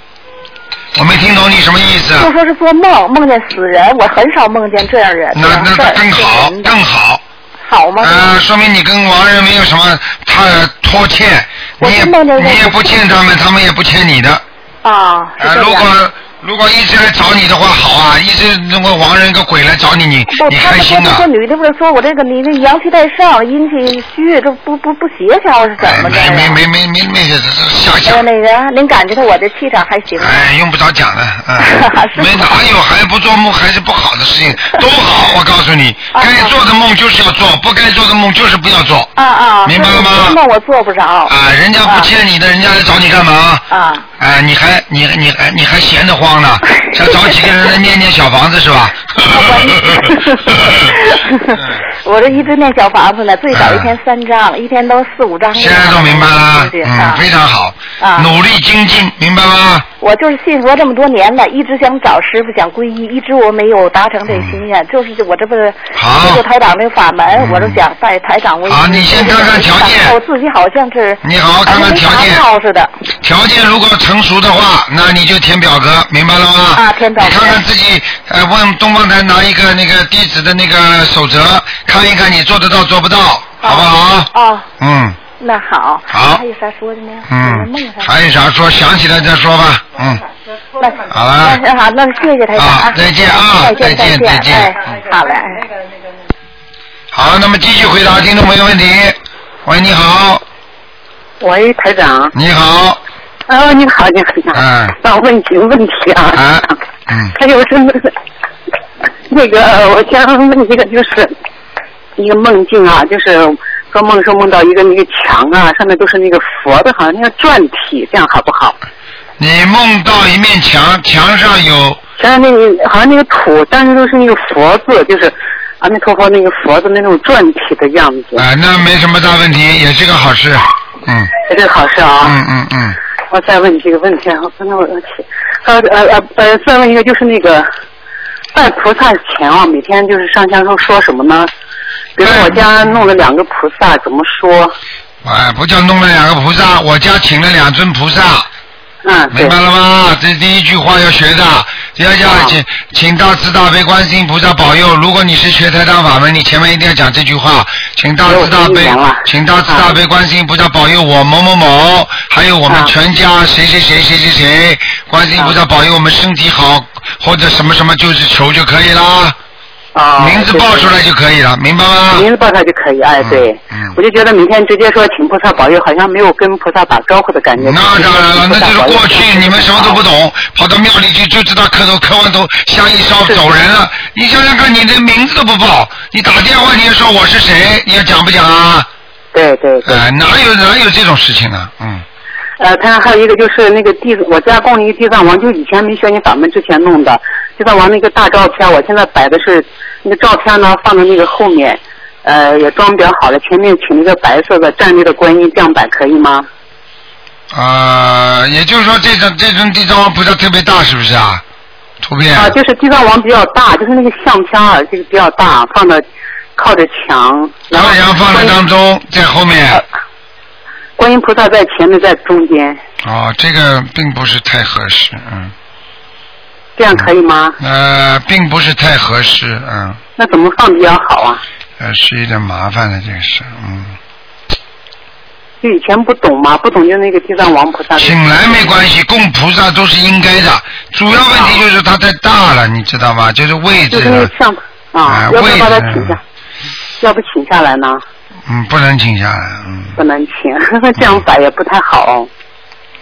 Speaker 2: 我没听懂你什么意思。
Speaker 12: 就说是做梦梦见死人，我很少梦见这样人。
Speaker 2: 那那
Speaker 12: 这样事儿
Speaker 2: 更好，更好。
Speaker 12: 好吗？
Speaker 2: 啊，说明你跟亡人没有什么他呃拖欠，你也你也不欠他们，他们也不欠你的。
Speaker 12: 啊，
Speaker 2: 啊，如果如果一直来找你的话，好啊，一直如果亡人跟鬼来找你，你
Speaker 12: 不，
Speaker 2: 你
Speaker 12: 他
Speaker 2: 开
Speaker 12: 们
Speaker 2: 心
Speaker 12: 说
Speaker 2: 啊
Speaker 12: 说？女的不是说我这个你这阳气太盛，阴气虚，这不不不协调是怎么着呀？
Speaker 2: 哎没没没没没瞎
Speaker 12: 哎，那个，您感觉到我这气场还行吗？
Speaker 2: 哎，用不着讲了， 啊，没哪有还不做梦还是不好的事情，都好，我告诉你，该做的梦就是要做，不该做的梦就是不要做。
Speaker 12: 啊啊，
Speaker 2: 明白了吗
Speaker 12: 那那我做不着。
Speaker 2: 啊，人家不欠你的，人家来找你干嘛？
Speaker 12: 啊。
Speaker 2: 啊，你还你你还你还闲得慌 呢？想找几个人来念念小房子是吧？
Speaker 12: 我这一直念小房子呢，最少一天三张，一天都四五张。
Speaker 2: 哎
Speaker 12: 现在
Speaker 2: 都明白了，
Speaker 12: 对啊
Speaker 2: 嗯，非常好，
Speaker 12: 啊
Speaker 2: 努力精进，明白吗？
Speaker 12: 我就是信佛这么多年了，一直想找师傅，想皈依，一直我没有达成这心
Speaker 2: 嗯
Speaker 12: 愿。就是我这不是接触台长这个法门，我就想拜台长为师。啊，你先看看条件。我自己好像是
Speaker 2: 你好好看看条件。
Speaker 12: 似的。
Speaker 2: 条件如果成熟的话，那你就填表格，明白了吗？啊，填表格。你看看自己，呃，问东方台拿一个那个地址的那个守则，看一看你做得到做不到，好不好？
Speaker 12: 哦，
Speaker 2: 嗯
Speaker 12: 那好。
Speaker 2: 好
Speaker 12: 还有啥说的没有？
Speaker 2: 嗯，还有啥说？想起来再说吧。嗯，
Speaker 12: 那
Speaker 2: 好了
Speaker 12: 那好，那谢谢台长啊。
Speaker 2: 再见啊
Speaker 12: 再见
Speaker 2: 再见
Speaker 12: 再
Speaker 2: 再见嗯
Speaker 12: 哎，好嘞。哎
Speaker 2: 好，那么继续回答听众朋友问题。喂，你好，
Speaker 13: 喂，台长。
Speaker 2: 你好。
Speaker 13: 哦，你好，你好，你好。
Speaker 2: 嗯。
Speaker 13: 那我问几个问题啊。
Speaker 2: 啊。
Speaker 13: 嗯。还有什么？那个，我想问一个，就是一个梦境啊，就是做梦说梦到一个那个墙啊，上面都是那个佛的，好像那个篆体，这样好不好？
Speaker 2: 你梦到一面墙，墙上有
Speaker 13: 墙上那个好像那个土，但是都是那个佛字，就是阿弥陀佛那个佛的那种篆体的样子，
Speaker 2: 啊、那没什么大问题，也是个好事。嗯
Speaker 13: 这是好事啊。
Speaker 2: 嗯嗯嗯，
Speaker 13: 我再问几个问题啊，我刚才我要去，呃呃呃呃，再问一个就是那个拜菩萨前啊，每天就是上香时候说什么呢？比如说我家弄了两个菩萨，怎么说？
Speaker 2: 哎，不叫弄了两个菩萨，我家请了两尊菩萨。
Speaker 13: 嗯，
Speaker 2: 明白了吗？这第一句话要学的，第二句话请请大慈大悲观世音菩萨保佑。如果你是学台长法门，你前面一定要讲这句话，请大慈大悲，请大慈大悲观世音菩萨保佑我某某某，还有我们全家谁谁谁谁谁谁，观世音菩萨保佑我们身体好，或者什么什么就是求就可以啦。
Speaker 13: 啊
Speaker 2: 名字报出来就可以了，明白吗？
Speaker 13: 名字报出来就可以，哎，对，
Speaker 2: 嗯
Speaker 13: 我就觉得每天直接说请菩萨保佑，好像没有跟菩萨打招呼的感觉。那当然了，
Speaker 2: 那就是过去你们什么都不懂，跑到庙里去就知道磕头，磕完头香一烧走人了。你想想看，你连名字都不报，你打电话你也说我是谁，你要讲不讲啊？
Speaker 13: 对对
Speaker 2: 对。呃，哪有哪有这种事情呢？嗯，
Speaker 13: 呃，他还有一个就是那个地，我家供了一个地藏王，就以前没学你法门之前弄的地藏王那个大照片，我现在摆的是那个照片呢，放在那个后面，呃，也装裱好了，前面请一个白色的站立的观音，这样摆可以吗？
Speaker 2: 呃，也就是说这种这种地藏王菩萨特别大，是不是啊？图片
Speaker 13: 啊，就是地藏王比较大，就是那个相片啊，这个比较大，放的靠着墙，然后呃
Speaker 2: 然后放在当中，在后面。
Speaker 13: 观音菩萨在前面，在中间，
Speaker 2: 哦，这个并不是太合适，嗯，
Speaker 13: 这样可以吗？
Speaker 2: 呃，并不是太合适，嗯，
Speaker 13: 那怎么放比较好啊？
Speaker 2: 呃，是有点麻烦的这个事，嗯。
Speaker 13: 就以前不懂嘛，不懂就那个地藏王菩萨。
Speaker 2: 请来没关系，供菩萨都是应该的，主要问题就是它太大了，你知道吗？就是位置
Speaker 13: 就是那
Speaker 2: 了
Speaker 13: 个，相啊，
Speaker 2: 哎
Speaker 13: 要不要
Speaker 2: 位
Speaker 13: 把它
Speaker 2: 置
Speaker 13: 请下？要不请下来呢？
Speaker 2: 嗯，不能请下来，嗯
Speaker 13: 不能请， 这样摆也不太好。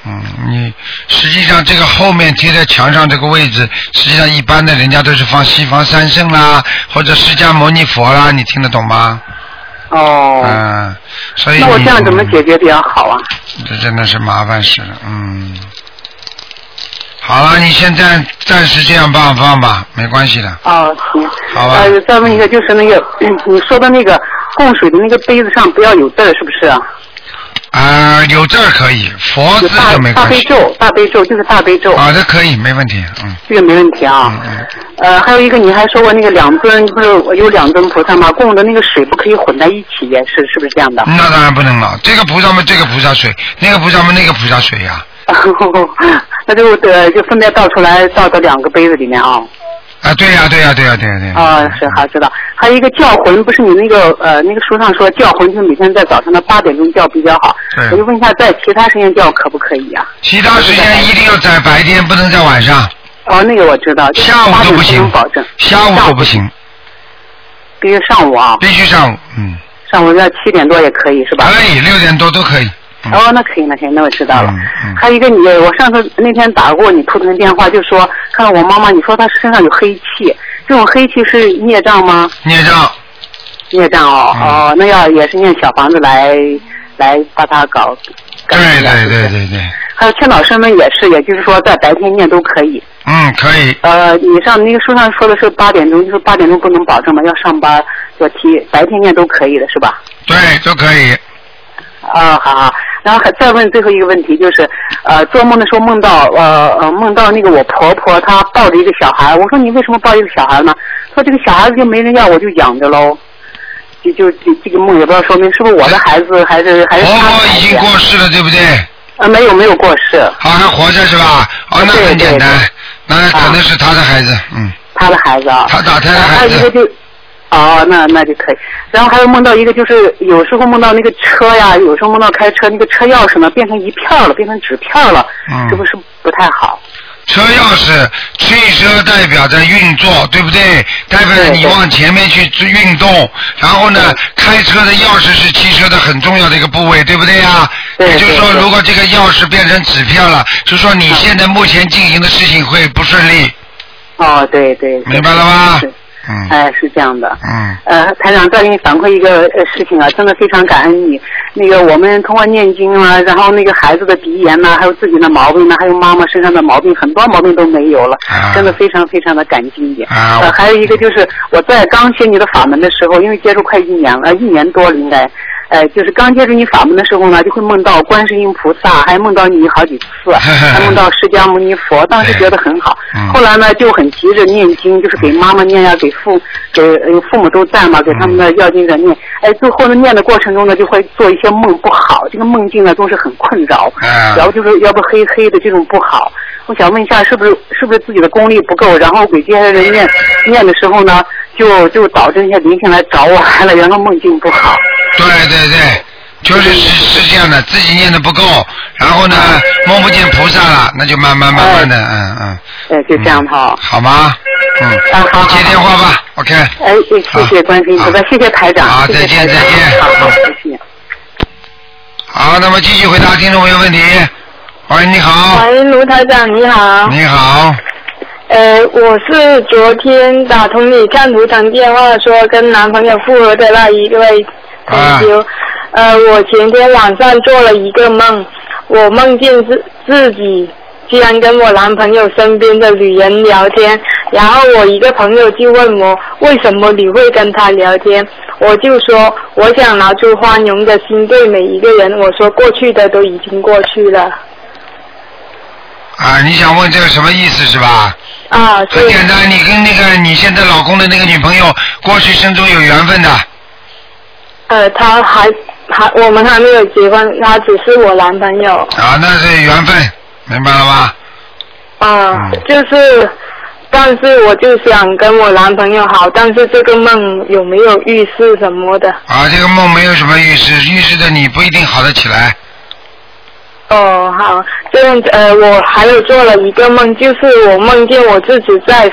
Speaker 2: 嗯，你实际上这个后面贴在墙上这个位置，实际上一般的人家都是放西方三圣啦，或者释迦牟尼佛啦，你听得懂吗？
Speaker 13: 哦。
Speaker 2: 嗯，所以
Speaker 13: 那我
Speaker 2: 你
Speaker 13: 这样怎么解决比较好啊？
Speaker 2: 这真的是麻烦事了，嗯。好了，你现在暂时这样放放吧，没关系的。
Speaker 13: 哦，行。
Speaker 2: 好啊吧
Speaker 13: 呃，再问一个，就是那个嗯你说的那个供水的那个杯子上不要有字儿，是不是啊？
Speaker 2: 啊、有这儿可以，佛哦字就没
Speaker 13: 大
Speaker 2: 关
Speaker 13: 悲
Speaker 2: 系。
Speaker 13: 咒，大悲咒就是大悲咒。
Speaker 2: 啊，这可以，没问题，嗯。
Speaker 13: 这个没问题啊。呃，还有一个你还说过那个两尊，不是我有两尊菩萨吗？供的那个水不可以混在一起，也是是不是这样的？
Speaker 2: 那当然不能了，这个菩萨嘛，这个菩萨水，那个菩萨嘛，那个菩萨水呀、
Speaker 13: 那就呃就分别倒出来，倒到两个杯子里面啊。
Speaker 2: 啊，对呀、对呀、对呀、对呀、对呀、
Speaker 13: 啊、是好知道。还有一个叫魂，不是你那个呃那个书上说叫魂，就是每天在早上的八点钟叫比较好。
Speaker 2: 对
Speaker 13: 我就问一下，在其他时间叫可不可以啊？
Speaker 2: 其他时间一定要在白天，不能在晚上，
Speaker 13: 哦，那个我知道。就是
Speaker 2: 下午
Speaker 13: 8
Speaker 2: 都
Speaker 13: 点
Speaker 2: 不
Speaker 13: 钟
Speaker 2: 行
Speaker 13: 保证。，
Speaker 2: 下午都不行，
Speaker 13: 必须上午啊。
Speaker 2: 必须上午，嗯，
Speaker 13: 上午要七点多也可以是吧？
Speaker 2: 可以六点多都可以。
Speaker 13: 哦，那可以，那可以，那我知道了。
Speaker 2: 嗯嗯
Speaker 13: 还有一个你，我上次那天打过你图腾电话，就说看到我妈妈，你说她身上有黑气，这种黑气是孽障吗？
Speaker 2: 孽障。嗯
Speaker 13: 孽障哦，哦，那要也是念小房子来来把它搞。
Speaker 2: 对对对对对，
Speaker 13: 还有劝导声文也是，也就是说在白天念都可以。
Speaker 2: 嗯，可以，
Speaker 13: 呃，你上那个书上说的是八点钟，就是八点钟不能保证嘛，要上班要提，白天念都可以的是吧？
Speaker 2: 对，都可以。
Speaker 13: 啊，好好。然后还再问最后一个问题，就是呃，做梦的时候梦到呃呃梦到那个我婆婆她抱着一个小孩，我说你为什么抱一个小孩呢？她说这个小孩子就没人要，我就养着喽。就就这这个梦也不知道说明是不是我的孩子还是还是她的孩
Speaker 2: 已
Speaker 13: 子
Speaker 2: 经
Speaker 13: 呀
Speaker 2: 过世了，对不对？
Speaker 13: 啊，没有没有过世。
Speaker 2: 好，还活着是吧？哦，那很简单，那可能是他的孩子，嗯，
Speaker 13: 她啊的孩子啊。
Speaker 2: 他打胎嗯的
Speaker 13: 然后还
Speaker 2: 孩
Speaker 13: 有一
Speaker 2: 子，
Speaker 13: 个就，哦，那那就可以。然后还有梦到一个，就是有时候梦到那个车呀，有时候梦到开车，那个车钥匙呢变成一片儿了，变成纸片儿了，
Speaker 2: 嗯
Speaker 13: 是不是不太好？
Speaker 2: 车钥匙，汽车代表着运作，对不对？代表着你往前面去运动，然后呢，开车的钥匙是汽车的很重要的一个部位，对不对啊呀？也就是说，如果这个钥匙变成纸片了，就说你现在目前进行的事情会不顺利，
Speaker 13: 哦，对对。对
Speaker 2: 明白了吗？
Speaker 13: 是
Speaker 2: 嗯
Speaker 13: 哎，是这样的。
Speaker 2: 嗯。
Speaker 13: 呃，台长再给你反馈一个呃事情啊，真的非常感恩你。那个我们通过念经啊，然后那个孩子的鼻炎呐、还有自己的毛病呐、还有妈妈身上的毛病，很多毛病都没有了，真的非常非常的感激你。
Speaker 2: 啊
Speaker 13: 呃，还有一个就是我在刚学你的法门的时候，因为接触快一年了，呃一年多了应该。呃，就是刚接触你法门的时候呢，就会梦到观世音菩萨，还梦到你好几次，啊还梦到释迦牟尼佛，当时觉得很好。
Speaker 2: 嗯
Speaker 13: 后来呢，就很急着念经，就是给妈妈念呀，给父给呃父母都
Speaker 2: 嗯
Speaker 13: 在嘛，给他们的要经者念。哎，最后呢，念的过程中呢，就会做一些梦不好，这个梦境呢都是很困扰，
Speaker 2: 啊
Speaker 13: 然后就是要不黑黑的这种不好。我想问一下，是不是是不是自己的功力不够，然后给这些人念
Speaker 2: 嗯
Speaker 13: 念的时候呢，就就导致那些灵性来找我来了，然后梦境不好。
Speaker 2: 对对对，就是是是这样的，自己念的不够，然后呢梦不见菩萨了，那就慢慢慢慢的，嗯嗯。
Speaker 13: 哎，就这样哈。
Speaker 2: 好吗？嗯。
Speaker 13: 啊，好。
Speaker 2: 接电话吧，OK。啊
Speaker 13: 哎，谢谢观世音菩萨，谢谢台长。
Speaker 2: 好，
Speaker 13: 谢谢
Speaker 2: 再见再
Speaker 13: 台长
Speaker 2: 见。
Speaker 13: 好好，
Speaker 2: 嗯
Speaker 13: 谢谢。
Speaker 2: 好，那么继续回答听众朋友问题。喂，你好，
Speaker 14: 喂，卢台长你好。
Speaker 2: 你好，
Speaker 14: 呃，我是昨天打通你看卢台电话说跟男朋友复合的那一位同修。
Speaker 2: 啊
Speaker 14: 呃，我前天晚上做了一个梦，我梦见自自己居然跟我男朋友身边的女人聊天，然后我一个朋友就问我为什么你会跟他聊天，我就说我想拿出宽容的心对每一个人，我说过去的都已经过去了。
Speaker 2: 啊，你想问这个什么意思是吧？
Speaker 14: 啊，
Speaker 2: 很简单，你跟那个你现在老公的那个女朋友，过去生中有缘分的，
Speaker 14: 呃，他还还我们还没有结婚，他只是我男朋友。
Speaker 2: 啊，那是缘分，明白了吗？
Speaker 14: 啊、就是，但是我就想跟我男朋友好，但是这个梦有没有预示什么的？
Speaker 2: 啊，这个梦没有什么预示，预示的你不一定好得起来。
Speaker 14: 哦，好，这样子呃，我还有做了一个梦，就是我梦见我自己在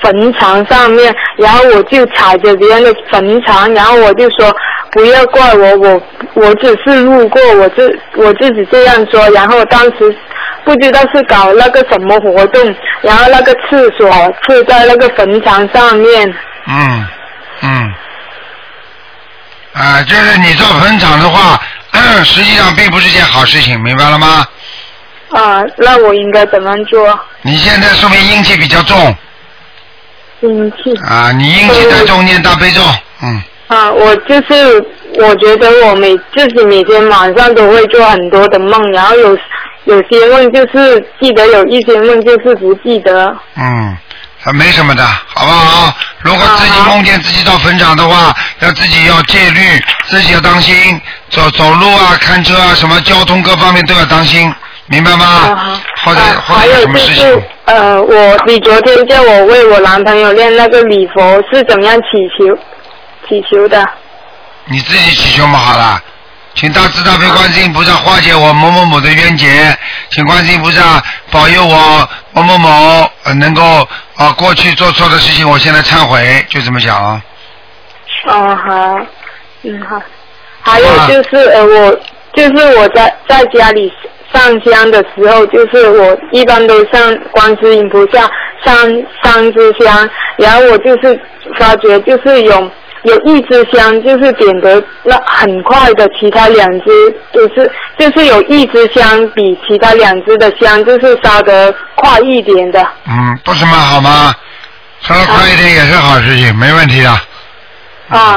Speaker 14: 坟场上面，然后我就踩着别人的坟场，然后我就说不要怪我，我我只是路过，我自我自己这样说，然后当时不知道是搞那个什么活动，然后那个厕所是在那个坟场上面，
Speaker 2: 嗯，嗯，啊，就是你做坟场的话，实际上并不是件好事情，明白了吗？
Speaker 14: 啊，那我应该怎么做？
Speaker 2: 你现在说明阴气比较重
Speaker 14: 阴气
Speaker 2: 啊，你阴气太重，念大悲咒，嗯，
Speaker 14: 啊，我就是我觉得我每自己每天晚上都会做很多的梦，然后有有些梦就是记得，有一些梦就是不记得。
Speaker 2: 嗯，啊，没什么的，好不好？如果自己梦见自己到坟场的话，要自己要戒律，自己要当心，走走路啊、看车啊，什么交通各方面都要当心，明白吗？或者或
Speaker 14: 还
Speaker 2: 者有什
Speaker 14: 有就
Speaker 2: 么事
Speaker 14: 是
Speaker 2: 情？
Speaker 14: 呃，我你昨天叫我为我男朋友练那个礼佛是怎么样祈求祈求的？
Speaker 2: 你自己祈求嘛好了，请大慈大悲观世音菩萨化解我某某某的冤结，请观世音菩萨保佑我某某某呃能够啊、过去做错的事情，我现在忏悔，就这么讲啊。
Speaker 14: 哦，好，嗯好。还有就是
Speaker 2: 啊
Speaker 14: 呃，我就是我在在家里上香的时候，就是我一般都上观世音菩萨上三支香，然后我就是发觉就是有有一支香就是点得那很快的，其他两支都是就是有一支香比其他两支的香就是烧得快一点的。
Speaker 2: 嗯，不是蛮好吗？稍微快一点也是好事情，没问题的，
Speaker 14: 啊，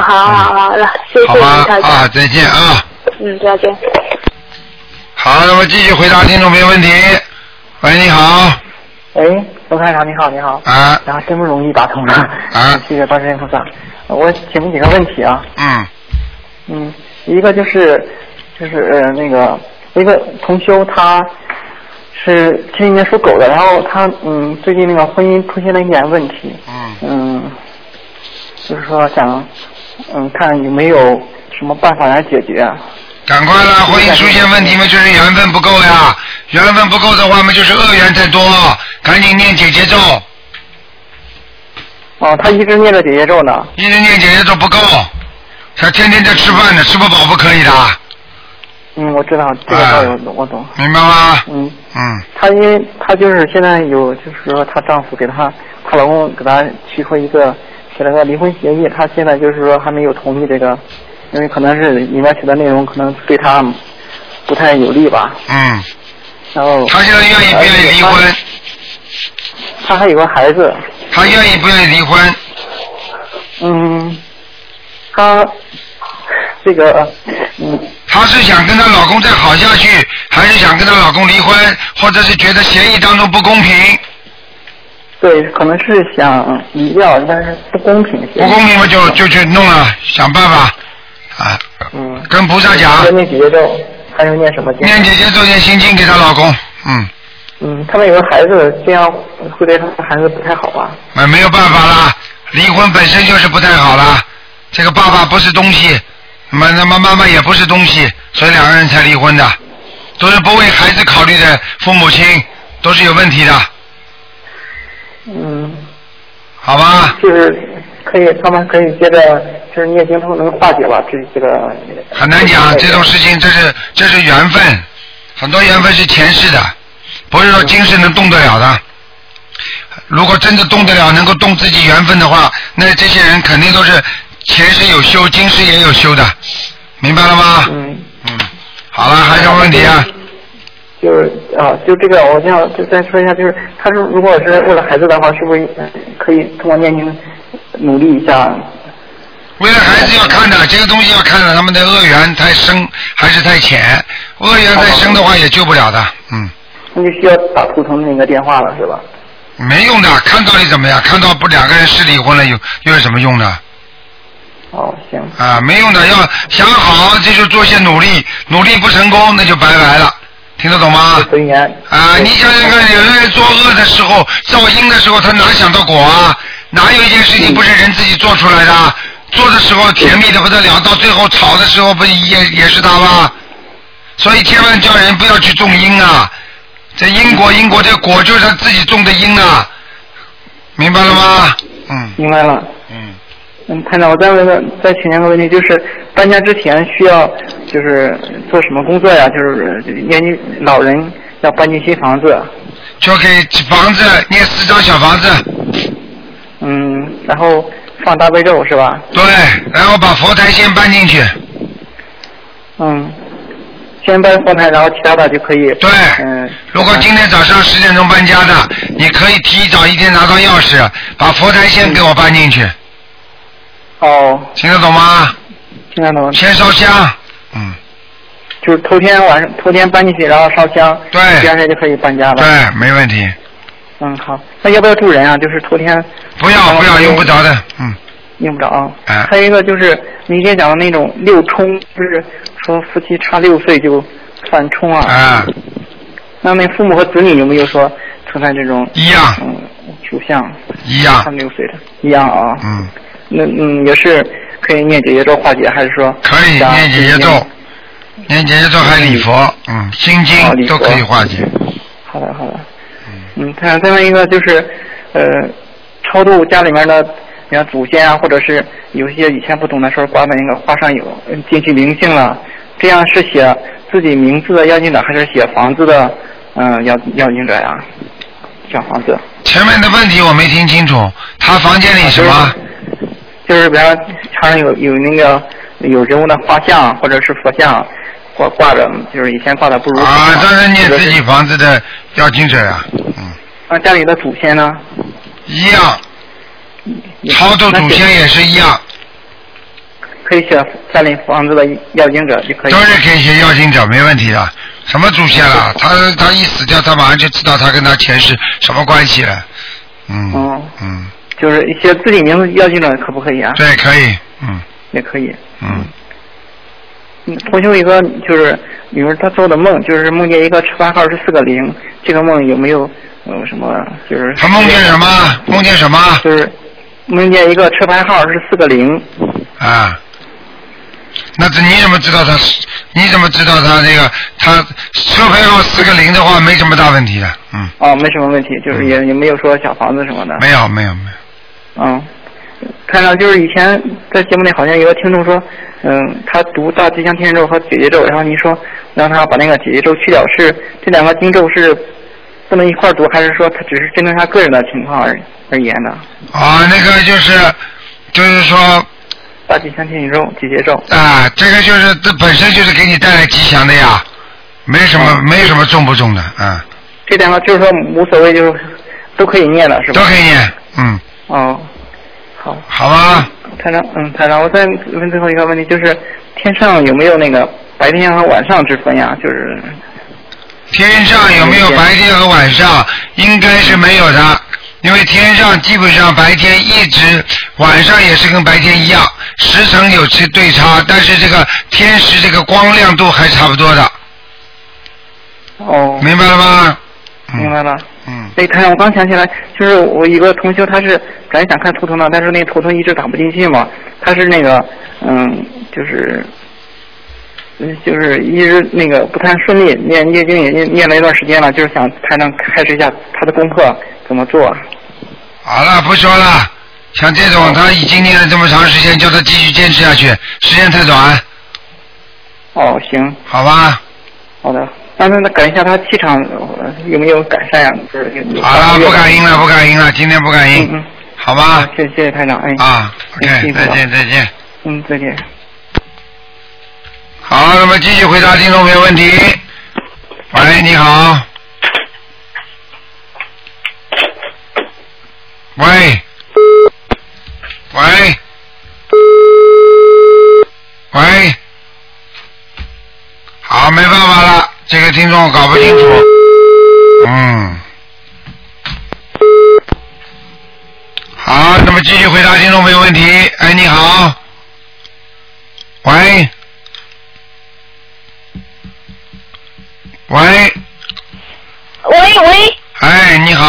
Speaker 14: 好好好了，谢谢
Speaker 2: 好
Speaker 14: 您
Speaker 2: 吧
Speaker 14: 台？长，
Speaker 2: 啊，再见啊。
Speaker 14: 嗯，再见。
Speaker 2: 好，那么继续回答听众朋友问题。喂，你好。
Speaker 15: 喂，哎罗台长，你好，你好。
Speaker 2: 啊。
Speaker 15: 然后真不容易打通啊。
Speaker 2: 啊。
Speaker 15: 谢谢观世音菩萨。我请问几个问题啊？
Speaker 2: 嗯。
Speaker 15: 嗯，一个就是就是呃那个一个同修他是今年属狗的，然后他嗯最近那个婚姻出现了一点问题，
Speaker 2: 嗯
Speaker 15: 嗯，就是说想嗯看有没有什么办法来解决啊。
Speaker 2: 赶快啦！婚姻出现问题嘛，就是缘分不够呀。缘分不够的话嘛，就是恶缘太多，赶紧念姐姐咒，
Speaker 15: 哦，他一直念着姐姐咒呢。
Speaker 2: 一直念姐姐咒不够，他天天在吃饭呢，吃不饱不可以的，
Speaker 15: 嗯，我知道这个道理，我我懂。
Speaker 2: 哎明白吗？
Speaker 15: 嗯。
Speaker 2: 嗯，
Speaker 15: 她因为她就是现在有，就是说她丈夫给她，她老公给她提出一个写了个离婚协议，她现在就是说还没有同意这个，因为可能是里面写的内容可能对她不太有利吧。
Speaker 2: 嗯。
Speaker 15: 然后。
Speaker 2: 她现在愿意不愿意离婚？
Speaker 15: 她还有个孩子。
Speaker 2: 她愿意不愿意离婚？
Speaker 15: 嗯，她这个嗯
Speaker 2: 她是想跟她老公再好下去，还是想跟她老公离婚，或者是觉得协议当中不公平？
Speaker 15: 对，可能是想离掉，但是不公平。
Speaker 2: 不公平嘛，就就去弄了，想办法啊。
Speaker 15: 嗯。
Speaker 2: 跟菩萨讲。
Speaker 15: 念姐姐咒，还有念什么经？
Speaker 2: 念姐姐咒，念心经给她老公。嗯。
Speaker 15: 嗯，他们有个孩子，这样会对他们孩子不太好吧？
Speaker 2: 那没有办法啦，离婚本身就是不太好啦。这个爸爸不是东西，那么那么妈妈也不是东西，所以两个人才离婚的，都是不为孩子考虑的父母亲，都是有问题的，
Speaker 15: 嗯，
Speaker 2: 好吧？
Speaker 15: 就是可以，他们可以接着就是念经，他们能化解吧？这这个
Speaker 2: 很难讲这种事情，这是这是缘分，很多缘分是前世的，不是说今世能动得了的。如果真的动得了，能够动自己缘分的话，那这些人肯定都是前世有修，今世也有修的，明白了吗？
Speaker 15: 嗯
Speaker 2: 嗯，好了，还有什么问题啊？
Speaker 15: 就是啊，就这个，我想就再说一下，就是他是如果是为了孩子的话，是不是呃可以通过念经努力一下？
Speaker 2: 为了孩子要看的，这个东西要看的，他们的恶缘太深还是太浅，恶缘太深的话也救不了的，嗯。
Speaker 15: 那就需要打图腾那个电话了，是吧？
Speaker 2: 没用的。看到底怎么样？看到不两个人是离婚了，有又有什么用呢？
Speaker 15: 哦，行。
Speaker 2: 啊，没用的，要想好，这就做些努力，努力不成功那就拜拜了，听得懂吗？啊，你想想看，有的人做恶的时候，造因的时候，他哪想到果啊？哪有一件事情不是人自己做出来的？啊做的时候甜蜜的不得了，到最后吵的时候不也也是他吗？所以千万叫人不要去种因啊！这因果因果，这果就是他自己种的因啊，明白了吗？嗯，
Speaker 15: 明白了。
Speaker 2: 嗯。
Speaker 15: 嗯，台长，我再问个，再请教个问题，就是搬家之前需要就是做什么工作呀？就是呃年纪老人要搬进新房子，
Speaker 2: 就给房子念四张小房子。
Speaker 15: 嗯，然后放大悲咒是吧？
Speaker 2: 对，然后把佛台先搬进去。
Speaker 15: 嗯，先搬佛台，然后其他的就可以。
Speaker 2: 对。
Speaker 15: 嗯。
Speaker 2: 如果今天早上十点钟搬家的，你可以提早一天拿到钥匙，把佛台先给我搬进去。
Speaker 15: 哦。
Speaker 2: 听得懂吗？
Speaker 15: 听得懂。
Speaker 2: 先烧香。嗯
Speaker 15: 就是头天晚上，头天搬进去，然后烧香。
Speaker 2: 对
Speaker 15: 第二天就可以搬家了。
Speaker 2: 对，没问题。
Speaker 15: 嗯，好。那要不要住人啊？就是头天。
Speaker 2: 不要不要，用不着的。嗯。
Speaker 15: 用不着啊。
Speaker 2: 啊
Speaker 15: 还有一个就是您先讲的那种六冲，就是说夫妻差六岁就犯冲啊。
Speaker 2: 啊。
Speaker 15: 那那父母和子女有没有说存在这种
Speaker 2: 一样
Speaker 15: 嗯属相？
Speaker 2: 一样
Speaker 15: 他们六岁的，一样啊。
Speaker 2: 嗯。
Speaker 15: 那嗯也是可以念姐姐咒化解，还是说
Speaker 2: 可以
Speaker 15: 加
Speaker 2: 念姐姐咒，念姐姐咒还礼佛，嗯，心
Speaker 15: 哦
Speaker 2: 经
Speaker 15: 礼
Speaker 2: 都
Speaker 15: 佛
Speaker 2: 可以化解。
Speaker 15: 好的，好的。嗯，看再问一个就是，呃，超度家里面的，你看祖先啊，或者是有一些以前不懂的事儿，刮在那个画上有嗯进去灵性了，这样是写自己名字的要经者，还是写房子的嗯、呃、要要经者呀？小房子
Speaker 2: 前面的问题我没听清楚，他房间里什
Speaker 15: 啊
Speaker 2: 么？
Speaker 15: 就是比方说墙上有有那个有人物的画像或者是佛像挂挂着，就是以前挂的不如
Speaker 2: 啊，
Speaker 15: 啊
Speaker 2: 当然念自己房子的要经者啊呀，
Speaker 15: 那家里的祖先呢？
Speaker 2: 一样，超度祖先也是一样，
Speaker 15: 可以写家里房子的要经者就可以
Speaker 2: 都。是可以写要经者，没问题的。什么祖先了？他他一死掉，他马上就知道他跟他前世什么关系了。嗯，
Speaker 15: 嗯，
Speaker 2: 嗯，
Speaker 15: 就是一些自己名字要经者可不可以啊？
Speaker 2: 对，可以，嗯
Speaker 15: 也可以。
Speaker 2: 嗯，
Speaker 15: 嗯，同修一个就是女儿她做的梦，就是梦见一个十八号是四个零，这个梦有没有呃什么就是？
Speaker 2: 她梦见什么？梦见什么？
Speaker 15: 就是梦见一个车牌号是四个零，
Speaker 2: 啊。那这你怎么知道他是？你怎么知道他这个？他车牌号四个零的话，没什么大问题的。嗯，
Speaker 15: 哦，没什么问题，就是也也没有说小房子什么的。
Speaker 2: 没有，没有，没有。
Speaker 15: 嗯，看到就是以前在节目里好像有个听众说，嗯，他读大吉祥天咒和姐姐咒，然后您说让他把那个姐姐咒去掉，是这两个经咒是不能一块儿读，还是说他只是针对他个人的情况而而言的？
Speaker 2: 啊，那个就是，就是说
Speaker 15: 大吉祥天咒、姐姐咒。
Speaker 2: 啊，这个就是这本身就是给你带来吉祥的呀，没什么，没什么重不重的，啊，
Speaker 15: 这两个就是说无所谓，就是都可以念了，是吧？
Speaker 2: 都可以念。嗯，
Speaker 15: 哦，好。
Speaker 2: 好吧。
Speaker 15: 台长，嗯，台长，我再问最后一个问题，就是天上有没有那个白天和晚上之分呀？就是
Speaker 2: 天上有没有白天和晚上？应该是没有的，因为天上基本上白天一直，晚上也是跟白天一样，时辰有其对差，但是这个天时这个光亮度还差不多的，
Speaker 15: 哦，
Speaker 2: 明白了吗？
Speaker 15: 明白了。
Speaker 2: 嗯。
Speaker 15: 哎，台长，我刚想起来，就是我一个同修，他是本来想看图腾的，但是那图腾一直打不进去嘛。他是那个，嗯，就是，嗯，就是一直那个不太顺利，念念经也念念了一段时间了，就是想台长开示一下他的功课怎么做。
Speaker 2: 好了，不说了。像这种他已经念了这么长时间，叫他继续坚持下去，时间太短，
Speaker 15: 哦，行，
Speaker 2: 好吧？
Speaker 15: 好的。那那那感一下他气场呃有没有改善呀、就是有有
Speaker 2: 好了，不敢赢了，不敢赢了，今天不敢赢，好吧？
Speaker 15: 嗯谢谢台长，哎。
Speaker 2: 啊
Speaker 15: 辛
Speaker 2: ，OK，
Speaker 15: 苦了
Speaker 2: 再见，再见。
Speaker 15: 嗯，再见。
Speaker 2: 好，那么继续回答听众朋友问题。喂，你好。喂。喂。喂。好，没办法了，这个听众搞不清楚。嗯。好，那么继续回答听众朋友问题。哎，你好。喂。喂，
Speaker 4: 喂喂，
Speaker 2: 哎，你好，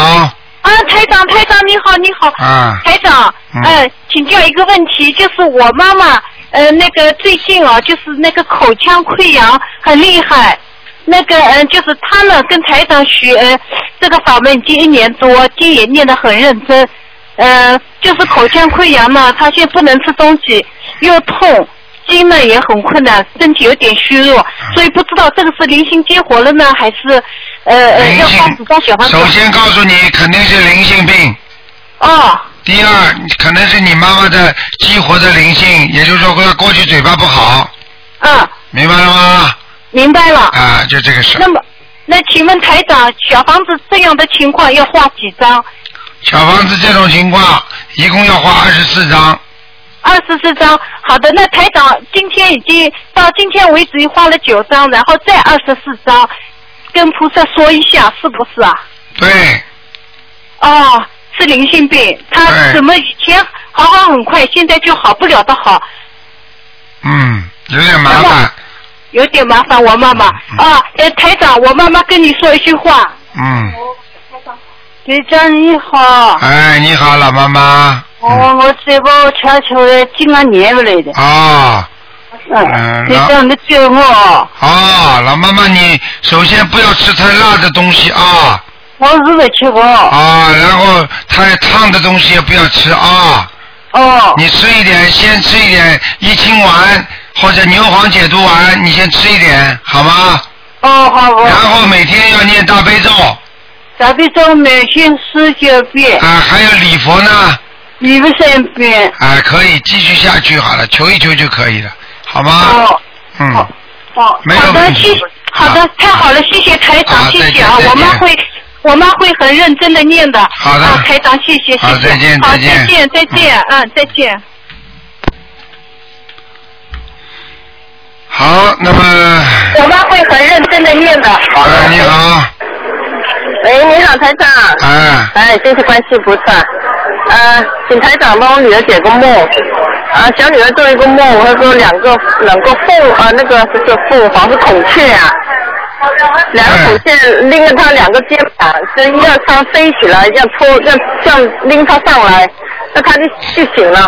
Speaker 4: 啊，台长，台长你好，你好，
Speaker 2: 啊，
Speaker 4: 台长，嗯、请教一个问题，就是我妈妈，呃，那个最近啊，就是那个口腔溃疡很厉害，那个嗯、呃就是她呢跟台长学、呃、这个法门已经一年多，经也念得很认真，呃，就是口腔溃疡呢，她现在不能吃东西，又痛。经呢也很困难，身体有点虚弱，
Speaker 2: 嗯
Speaker 4: 所以不知道这个是灵性激活了呢，还是呃呃要放几张小房子？
Speaker 2: 首先告诉你，肯定是灵性病。
Speaker 4: 哦。
Speaker 2: 第二，可能是你妈妈的激活的灵性，也就是说她过去嘴巴不好。
Speaker 4: 嗯。
Speaker 2: 明白了吗？
Speaker 4: 明白了。
Speaker 2: 啊，就这个事儿。
Speaker 4: 那么，那请问台长，小房子这样的情况要画几张？
Speaker 2: 小房子这种情况，啊一共要花二十四张。
Speaker 4: 二十四张。好的，那台长今天已经到今天为止画了九张，然后再二十四张，跟菩萨说一下是不是啊？
Speaker 2: 对，
Speaker 4: 哦，是灵性病，他怎么以前好好很快，现在就好不了的好。
Speaker 2: 嗯，有点麻烦。
Speaker 12: 有点麻烦我妈妈啊。
Speaker 4: 哎
Speaker 12: 呃，台长，我妈妈跟你说一句话。
Speaker 2: 嗯，
Speaker 5: 队长你好，
Speaker 2: 哎，你好，老妈妈。
Speaker 4: 哦
Speaker 2: 嗯
Speaker 5: 我我这个全球的今安年过来的，
Speaker 2: 啊，嗯，
Speaker 5: 队
Speaker 2: 老
Speaker 5: 长你救我，
Speaker 2: 啊，老妈妈，你首先不要吃太辣的东西啊。
Speaker 5: 我是没吃过。
Speaker 2: 啊，然后太烫的东西也不要吃啊。
Speaker 5: 哦。
Speaker 2: 你吃一点，先吃一点益清丸或者牛黄解毒丸，你先吃一点，好吗？
Speaker 5: 哦，好
Speaker 2: 然后每天要念大悲咒。
Speaker 5: 咱们中每天十九遍，
Speaker 2: 啊，还有礼佛呢。
Speaker 5: 礼佛三遍。
Speaker 2: 啊，可以继续下去好了，求一求就可以了，好吗？
Speaker 12: 哦
Speaker 2: 嗯，
Speaker 12: 哦，
Speaker 2: 没有
Speaker 12: 好
Speaker 2: 问
Speaker 12: 的，
Speaker 2: 题
Speaker 12: 谢，好的，太好了，谢谢台长，
Speaker 2: 啊
Speaker 12: 谢谢
Speaker 2: 再
Speaker 12: 啊，
Speaker 2: 见
Speaker 12: 我妈
Speaker 2: 再见
Speaker 12: 会，我妈会很认真的念的。
Speaker 2: 好的
Speaker 12: 啊，台长，谢谢，谢谢。
Speaker 2: 好再见
Speaker 12: 好，
Speaker 2: 再见
Speaker 12: 再见，再见，嗯，再见。
Speaker 2: 好，那么，
Speaker 4: 我妈会很认真的念的。好
Speaker 2: 的，你好。
Speaker 4: 喂，你好，台长。
Speaker 2: 哎。
Speaker 4: 哎，真是关系不错。呃，请台长帮我女儿解个梦。啊、小女儿做一个梦，她说两个两个凤啊、呃那个就是凤凰是孔雀啊，两个孔雀拎着她两个肩膀，就要它飞起来，要拖要这样拎它上来，那她就就醒了。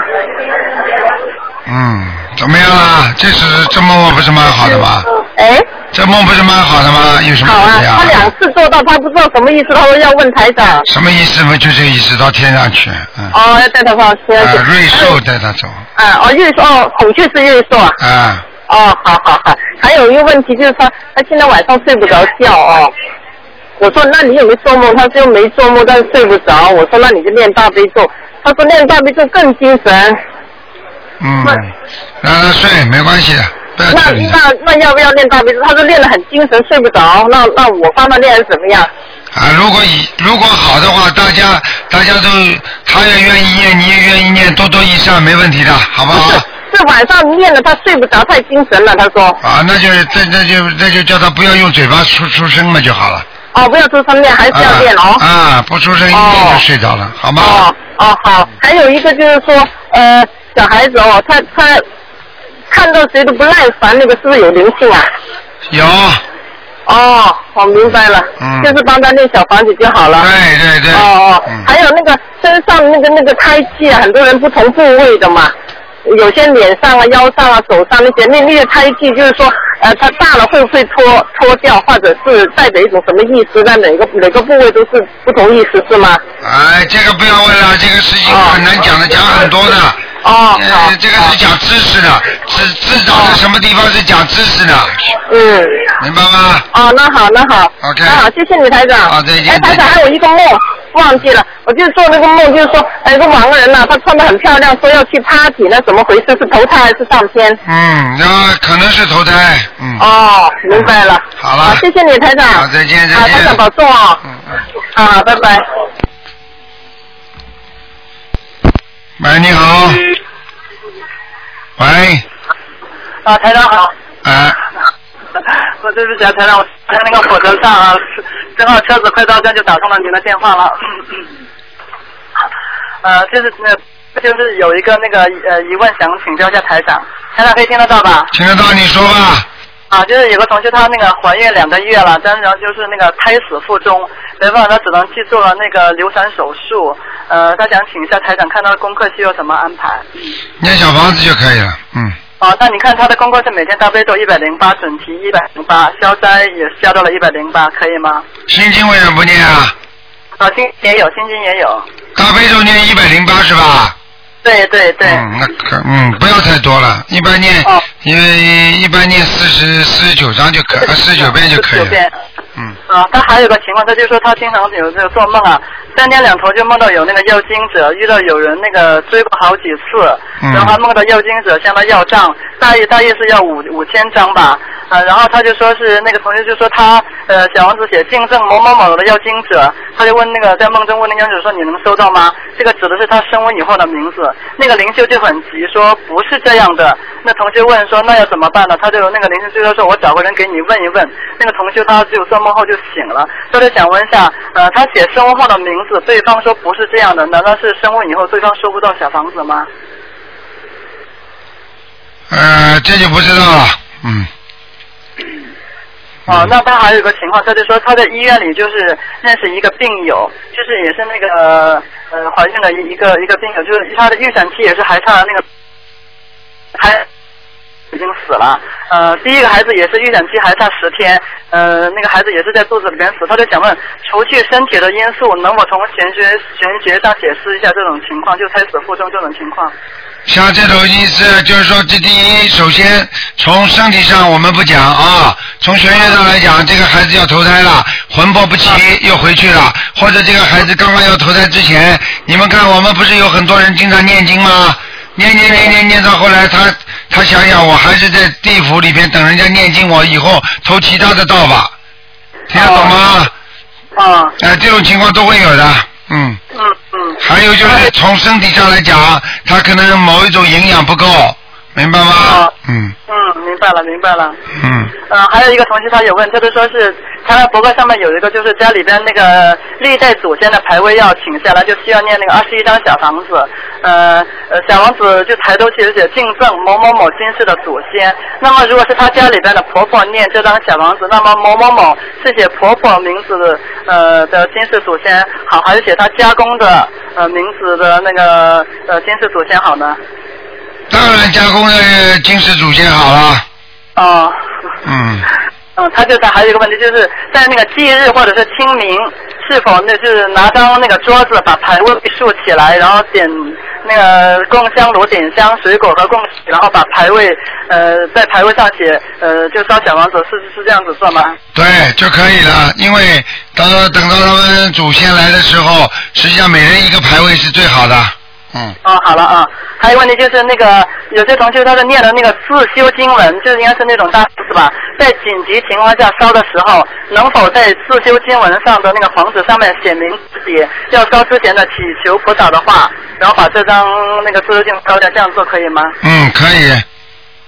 Speaker 2: 嗯，怎么样啊？这是这梦不是蛮好的吗？
Speaker 4: 哎。
Speaker 2: 这梦不是蛮好的吗？有什么
Speaker 4: 好
Speaker 2: 不
Speaker 4: 啊
Speaker 2: 对，
Speaker 4: 她两次做到，她不知道什么意思，她说要问台长。
Speaker 2: 什么意思嘛？就这意思，到天上去，嗯，
Speaker 4: 哦，要带她放生。
Speaker 2: 啊，瑞兽带他走，
Speaker 4: 啊，哦，月哦，孔雀是月兽啊。
Speaker 2: 啊，
Speaker 4: 哦，好好好。还有一个问题就是说，他现在晚上睡不着觉哦。我说那你有没有做梦？他说没做梦，但是睡不着。我说那你就念大悲咒。他说念大悲咒更精神。
Speaker 2: 嗯，让他睡没关系的，不要
Speaker 4: 那
Speaker 2: 紧的，
Speaker 4: 那那要不要念大悲咒？他说念得很精神，睡不着。那那我帮他念得怎么样？
Speaker 2: 啊，如果以如果好的话，大家大家都他也愿意念，你也愿意念，多多益善，没问题的，好不好？
Speaker 4: 是晚上念了他睡不着，太精神了。他说
Speaker 2: 啊，那就是这那就那就叫他不要用嘴巴出出声嘛就好了。
Speaker 4: 哦，不要出声念，还是要念哦。
Speaker 2: 啊，啊不出声一念就睡着了，好吗？
Speaker 4: 哦，
Speaker 2: 啊
Speaker 4: 好，还有一个就是说，呃，小孩子哦，他他看到谁都不耐烦，那个是不是有灵性啊？
Speaker 2: 有，
Speaker 4: 哦，我明白了，
Speaker 2: 嗯
Speaker 4: 就是帮他念小房子就好了。
Speaker 2: 对对嗯对。
Speaker 4: 哦哦，还有那个身上那个那个胎记啊，很多人不同部位的嘛，有些脸上啊、腰上啊、手上那些，那那个胎记就是说，呃，它大了会不会脱脱掉，或者是代表一种什么意思？在哪个哪个部位都是不同意思是吗？
Speaker 2: 哎，这个不要问了，这个事情很难讲的，讲很多的。
Speaker 4: 哦，
Speaker 2: 呃，这个是讲知识的，知知道在什么地方是讲知识的。
Speaker 4: 嗯。
Speaker 2: 明白吗？
Speaker 4: 哦，那好，那好。
Speaker 2: OK
Speaker 4: 那好，谢谢你台长。
Speaker 2: 好再见
Speaker 4: 哎，台
Speaker 2: 再见
Speaker 4: 长，还有一个梦忘记了，我就做那个梦，就是说，哎，有个盲人呐、他穿的很漂亮，说要去 party，那怎么回事？是投胎还是上天？
Speaker 2: 嗯，那可能是投胎，嗯。
Speaker 4: 哦，明白了。
Speaker 2: 好了
Speaker 4: 好，谢谢你台长。
Speaker 2: 好再见再见
Speaker 4: 啊，台长保重啊。
Speaker 2: 嗯
Speaker 4: 嗯。啊，拜拜。
Speaker 2: 喂，你好。喂，
Speaker 11: 啊，台长好，
Speaker 2: 哎，
Speaker 11: 我对不起啊，台长，我在那个火车上啊， 正好车子快到站就打通了您的电话了。呃，就是那，就是有一个那个呃疑问想请教一下台长，台长可以听得到吧？
Speaker 2: 听得到你说吧？
Speaker 11: 啊，就是有个同学她那个怀孕两个月了，但是呢就是那个胎死腹中，没办法，她只能去做了那个流产手术。呃，她想请一下台长，看她的功课需要什么安排？
Speaker 2: 念小房子就可以了，嗯，
Speaker 11: 啊，那你看他的功课是每天大悲咒一百零八，准提一百零八，消灾也消到了一百零八，可以吗？
Speaker 2: 心经为什么不念啊？
Speaker 11: 啊，心也有，心经也有。
Speaker 2: 大悲咒念一百零八是吧？
Speaker 11: 对对对，
Speaker 2: 嗯，那可嗯不要太多了，一般念，因为一般念四十四十九章就可，呃四十九遍就可以
Speaker 11: 九
Speaker 2: 了。
Speaker 11: 遍。
Speaker 2: 嗯。
Speaker 11: 啊，他还有个情况，他就说他经常有这个做梦啊，三天两头就梦到有那个要经者，遇到有人那个追过好几次，
Speaker 16: 嗯
Speaker 11: 然后还梦到要经者向他要账，大意大意是要五五千张吧，啊，然后他就说是那个同学就说他呃小王子写敬赠某某某的要经者，他就问那个在梦中问那个要经者说你能收到吗？这个指的是他升温以后的名字，那个灵修就很急说不是这样的，那同学问说那要怎么办呢？他就那个灵修就说我找个人给你问一问，那个同学他就做梦后就醒了，他就想问一下，呃，他写生物后的名字，对方说不是这样的，难道是生物以后对方收不到小房子吗？
Speaker 2: 呃，这就不知道了，嗯，
Speaker 11: 哦，那他还有一个情况，他就说他在医院里就是认识一个病友，就是也是那个呃呃怀孕的一一个一个病友，就是他的预产期也是还差那个还已经死了。呃，第一个孩子也是预产期还差十天，呃，那个孩子也是在肚子里面死，他就想问，除去身体的因素，能否从玄学玄学上解释一下这种情况，就胎死腹中这种情况？
Speaker 2: 像这种意思，就是说，这第一，首先从身体上我们不讲啊，从玄学上来讲，这个孩子要投胎了，魂魄不齐又回去了，或者这个孩子刚刚要投胎之前，你们看我们不是有很多人经常念经吗？念念念念念到后来，他他想想，我还是在地府里边等人家念经，我以后投其他的道吧，听得懂吗？
Speaker 11: 啊，
Speaker 2: 哎，这种情况都会有的，嗯。还有就是从身体上来讲，他可能某一种营养不够，明白吗？嗯
Speaker 11: 嗯，明白了，明白了。
Speaker 2: 嗯，
Speaker 11: 嗯，还有一个同学他有问，他就说是他的博客上面有一个，就是家里边那个历代祖先的牌位要请下来，就需要念那个二十一张小房子。呃呃，小王子就抬头写写敬赠某某某今世的祖先。那么如果是他家里边的婆婆念这张小王子，那么某某某是写婆婆名字的呃的今世祖先好，还是写他家公的呃名字的那个呃今世祖先好呢？
Speaker 2: 当然加工的金石祖先好了，
Speaker 11: 哦、
Speaker 2: 嗯，
Speaker 11: 嗯，他就在还有一个问题，就是在那个忌日或者是清明，是否那就是拿张那个桌子把牌位竖起来，然后点那个供香炉、点香、水果和供喜，然后把牌位呃在牌位上写呃就烧小王子，是是这样子做吗？
Speaker 2: 对就可以了，因为等等到他们祖先来的时候，实际上每人一个牌位是最好的，嗯。
Speaker 11: 哦，好了啊，还有一个问题就是那个有些同学他是念的那个自修经文，就是应该是那种大是吧？在紧急情况下烧的时候，能否在自修经文上的那个黄纸上面写明自己要烧之前的祈求菩萨的话，然后把这张那个自修经烧掉，这样做可以吗？
Speaker 2: 嗯，可以。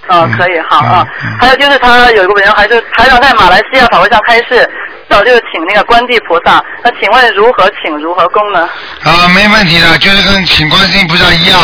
Speaker 11: 啊，可以，好啊。还有就是他有一个文还是台长在马来西亚法会上开示，早就请那个观地菩萨，那请问如何请如何供呢？
Speaker 2: 啊，没问题的，就是跟请观世音菩萨一样，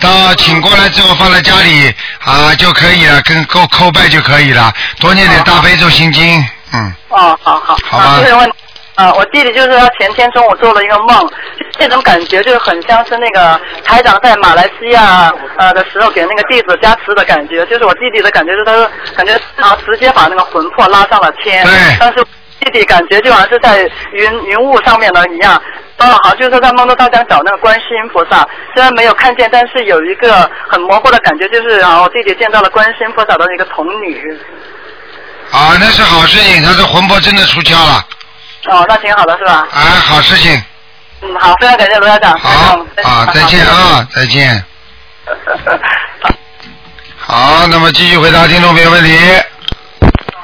Speaker 2: 到请过来之后放在家里啊就可以了，跟叩叩拜就可以了，多念点大悲咒心经，嗯，
Speaker 11: 哦，好好。
Speaker 2: 好吧
Speaker 11: 啊，这个问，呃，我弟弟就是说前天中午做了一个梦，这种感觉就是很像是那个台长在马来西亚呃的时候给那个弟子加持的感觉，就是我弟弟的感觉就是他说感觉啊直接把那个魂魄拉上了天，但是弟弟感觉就好像是在云云雾上面的一样。当然，好像就是说在梦中他想找那个观世音菩萨，虽然没有看见，但是有一个很模糊的感觉，就是啊，我弟弟见到了观世音菩萨的一个童女。
Speaker 2: 啊，那是好事情，他是魂魄真的出窍了，
Speaker 11: 哦，那挺好的是吧？
Speaker 2: 啊，好事情，
Speaker 11: 嗯，好，非常感谢罗校长。好，
Speaker 2: 啊，再见啊，再见。好，那么继续回答听众朋友问题。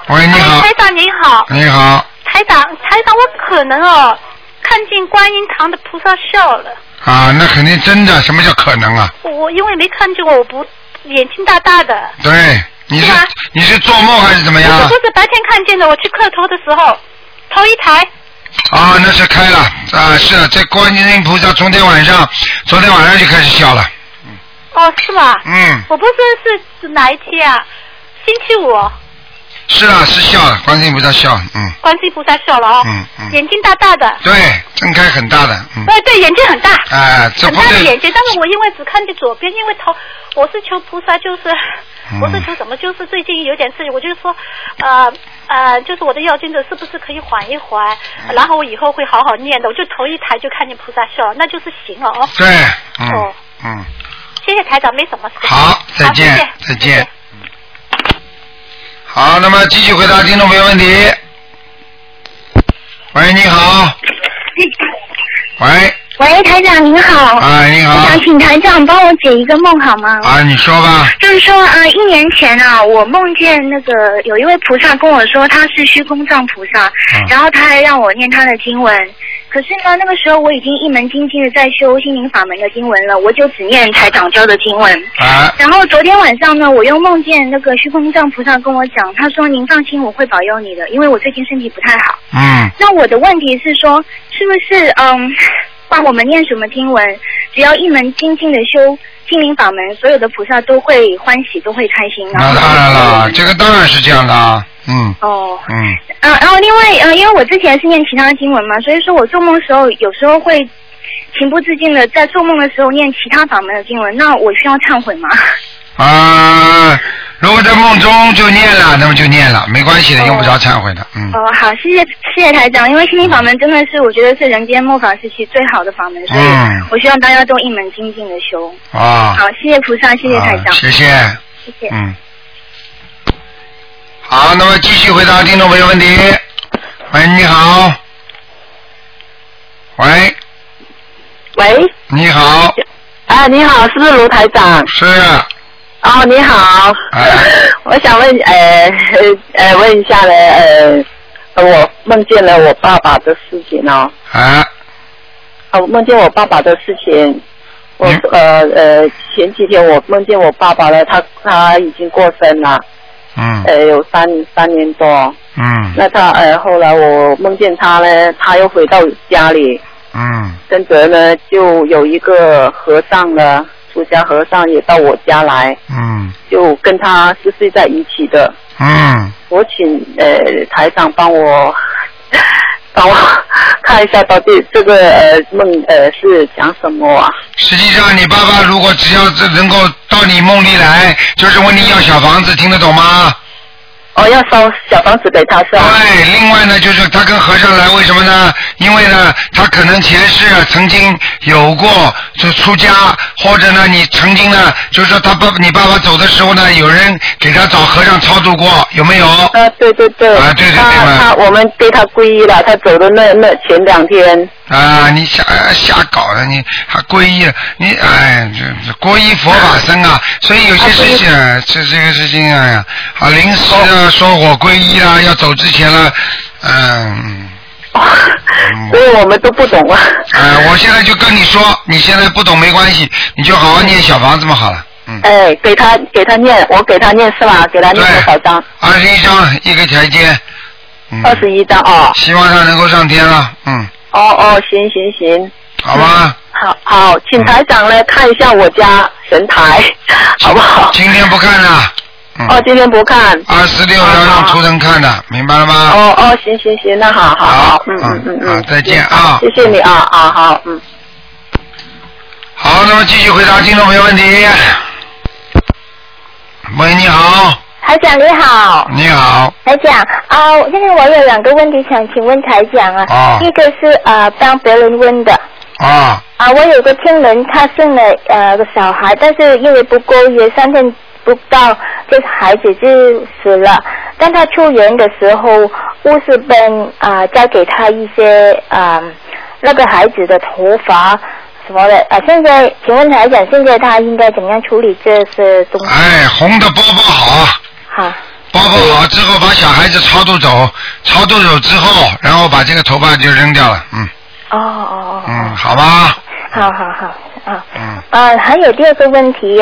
Speaker 2: 喂，你好，
Speaker 4: 哎台长您好，
Speaker 2: 你好，
Speaker 4: 台长，台长，我可能哦看见观音堂的菩萨笑了，
Speaker 2: 啊，那肯定真的，什么叫可能啊？
Speaker 4: 我因为没看见过，我不眼睛大大的，
Speaker 2: 对，你是你是做梦还是怎么样啊
Speaker 4: 不？是不是白天看见的，我去磕头的时候，头一抬，
Speaker 2: 啊，那是开了啊，是的这观世音菩萨昨天晚上，昨天晚上就开始笑了，
Speaker 4: 哦是吗？
Speaker 2: 嗯，
Speaker 4: 我不知是哪一天啊，星期五，
Speaker 2: 是啊，是笑了，观世音菩萨笑了，嗯
Speaker 4: 观世音菩萨笑了哦，
Speaker 2: 嗯嗯，
Speaker 4: 眼睛大大的，
Speaker 2: 对，睁开很大的，嗯，
Speaker 4: 对对，眼睛很大，
Speaker 2: 哎，这
Speaker 4: 很
Speaker 2: 不
Speaker 4: 大的眼
Speaker 2: 对，
Speaker 4: 睛，但是我因为只看见左边，因为头，我是求菩萨，就是
Speaker 2: 嗯
Speaker 4: 我是求什么，就是最近有点事情，我就是说，呃呃，就是我的药精子是不是可以缓一缓，
Speaker 2: 嗯
Speaker 4: 然后我以后会好好念的，我就头一抬就看见菩萨笑了，那就是行了哦。
Speaker 2: 对，嗯
Speaker 4: 哦，
Speaker 2: 嗯，
Speaker 4: 谢谢台长，没什么事。
Speaker 2: 好，再见
Speaker 4: 好，
Speaker 2: 再见，嗯，好，那么继续回答听众朋友问题。喂，你好，喂，
Speaker 9: 喂，台长您好。
Speaker 2: 啊，你好
Speaker 9: 我想请台长帮我解一个梦好吗？
Speaker 2: 啊，你说吧，
Speaker 9: 就是说，呃，一年前啊，我梦见那个有一位菩萨跟我说他是虚空藏菩
Speaker 2: 啊
Speaker 9: 萨，然后他还让我念他的经文。可是呢，那个时候我已经一门精进的在修心灵法门的经文了，我就只念台长教的经文。
Speaker 2: 啊。
Speaker 9: 然后昨天晚上呢，我又梦见那个虚空藏菩萨跟我讲，他说：“您放心，我会保佑你的，因为我最近身体不太好。”
Speaker 2: 嗯。
Speaker 9: 那我的问题是说，是不是嗯，不管我们念什么经文，只要一门精进的修心灵法门，所有的菩萨都会欢喜，都会开心。然
Speaker 2: 那
Speaker 9: 后
Speaker 2: 当然了，这个当然是这样的啊，嗯
Speaker 17: 哦，
Speaker 2: 嗯，
Speaker 17: 嗯、然后另外，嗯、因为我之前是念其他经文嘛，所以说我做梦时候有时候会情不自禁的在做梦的时候念其他法门的经文，那我需要忏悔吗？
Speaker 2: 啊，如果在梦中就念了，那么就念了，没关系的，用不着忏悔的，嗯。
Speaker 17: 哦，好，谢谢谢谢台长，因为心灵法门真的是我觉得是人间末法时期最好的法门，所以
Speaker 2: 嗯
Speaker 17: 我希望大家都一门精进的修。
Speaker 2: 啊，
Speaker 17: 好，谢谢菩萨，谢谢台长，
Speaker 2: 啊谢谢，
Speaker 17: 谢谢。
Speaker 2: 嗯。好，那么继续回答听众朋友问题。喂，你好。喂，
Speaker 12: 喂，
Speaker 2: 你好，
Speaker 12: 啊，你好，是不是卢台长？
Speaker 2: 是。哎
Speaker 12: 哦，你好。 我想问，呃呃呃，问一下呢，呃，我梦见了我爸爸的事情哦，
Speaker 2: 啊，
Speaker 12: 啊，我梦见我爸爸的事情。我
Speaker 2: 嗯
Speaker 12: 呃呃，前几天我梦见我爸爸了，他他已经过身了，
Speaker 2: 嗯
Speaker 12: 呃，有三三年多。
Speaker 2: 嗯
Speaker 12: 那他呃，后来我梦见他呢，他又回到家里，
Speaker 2: 嗯
Speaker 12: 跟着呢，就有一个和尚呢，出家和尚也到我家来，
Speaker 2: 嗯
Speaker 12: 就跟他是睡在一起的。
Speaker 2: 嗯，
Speaker 12: 我请呃台长帮我 帮我 看一下到底这个呃梦呃是讲什么啊？
Speaker 2: 实际上你爸爸如果只要是能够到你梦里来，就是问你要小房子，听得懂吗？
Speaker 12: 哦，要烧小房子给他是吧？
Speaker 2: 对，另外呢，就是他跟和尚来，为什么呢？因为呢，他可能前世曾经有过就出家，或者呢，你曾经呢，就是说他爸你爸爸走的时候呢，有人给他找和尚超度过，有没有？
Speaker 12: 啊，对对对。
Speaker 2: 啊，对对对嘛
Speaker 12: 他我们对他皈依了，他走的那那前两天。
Speaker 2: 啊，你瞎瞎搞的，你还皈依了，你哎，这这皈依佛法僧啊，所以有些事情，啊、这这个事情哎呀，啊，临时的说我皈依啦，要走之前了，嗯。
Speaker 12: 哦所以我们都不懂啊。
Speaker 2: 啊，我现在就跟你说，你现在不懂没关系，你就好好念小房子嘛，好了，
Speaker 12: 哎，给他给他念，我给他念是吧？给他念多少张？
Speaker 2: 二十一章一个台阶，
Speaker 12: 二十一张哦。
Speaker 2: 希望他能够上天了，嗯，
Speaker 12: 哦哦，行行行，嗯
Speaker 2: 好吧，
Speaker 12: 好好，请台长呢看一下我家神台，好不
Speaker 2: 嗯
Speaker 12: 好？
Speaker 2: 今天不看了。嗯
Speaker 12: 哦，今天不看。
Speaker 2: 二十六要用图腾看的，明白了吗？
Speaker 12: 哦哦，行行行，那好好好，嗯嗯嗯
Speaker 2: 啊，再见啊。
Speaker 12: 谢谢你啊啊好，嗯。
Speaker 2: 好，那么继续回答听众朋友问题。喂，你好，
Speaker 9: 台长你好，
Speaker 2: 你好，
Speaker 9: 台长啊，现在我有两个问题想请问台长啊，
Speaker 2: 啊
Speaker 9: 一个是呃帮别人问的
Speaker 2: 啊，
Speaker 9: 啊，我有个亲人他生了呃个小孩，但是因为不够月三天不到，这孩子就死了。但他出院的时候，护士们啊、呃、再给他一些啊、呃那个孩子的头发什么的啊、呃现在请问台长，现在他应该怎样处理这些东西？
Speaker 2: 哎，红的包包好，啊
Speaker 9: 好。
Speaker 2: 包包好之后把小孩子超度走，超度走之后，然后把这个头发就扔掉了，嗯
Speaker 9: 哦哦哦，
Speaker 2: 嗯，好吧，
Speaker 9: 好好好啊。啊，还有第二个问题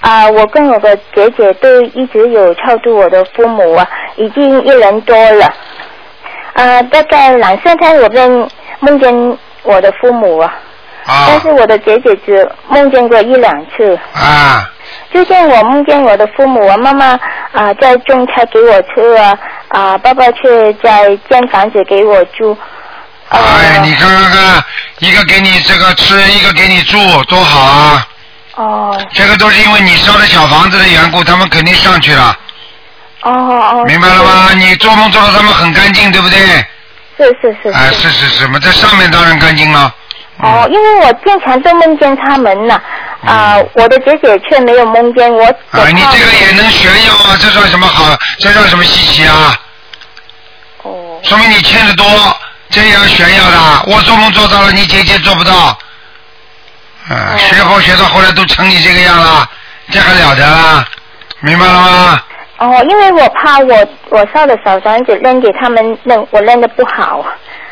Speaker 9: 啊，我跟我的姐姐都一直有超度我的父母啊，已经一年多了。啊，大概两三天我梦梦见我的父母啊，
Speaker 2: 啊
Speaker 9: 但是我的姐姐只梦见过一两次。
Speaker 2: 啊
Speaker 9: 就像我梦见我的父母，我妈妈啊、在种菜给我吃啊，啊、爸爸却在建房子给我住。
Speaker 2: 哎，你看看看，一个给你这个吃，一个给你住，多好啊！
Speaker 9: 哦
Speaker 2: 这个都是因为你烧的小房子的缘故，他们肯定上去了，
Speaker 9: 哦哦，
Speaker 2: 明白了吗？你做梦做到他们很干净，对不对？
Speaker 9: 是是是。
Speaker 2: 哎，是是是嘛，在上面当然干净了。
Speaker 9: 哦，因为我经常都梦见他们呐，
Speaker 2: 嗯
Speaker 9: 啊、我的姐姐却没有梦见我。
Speaker 2: 啊，你这个也能炫耀啊，这算什么好？这算什么稀奇啊？哦。说明你欠的多，这也要炫耀的。啊我做梦做到了，你姐姐做不到。啊，学佛学到后来都成你这个样了，这还了得啊？明白了吗？
Speaker 9: 哦，因为我怕我我烧的小房子扔给他们扔，我扔的不好。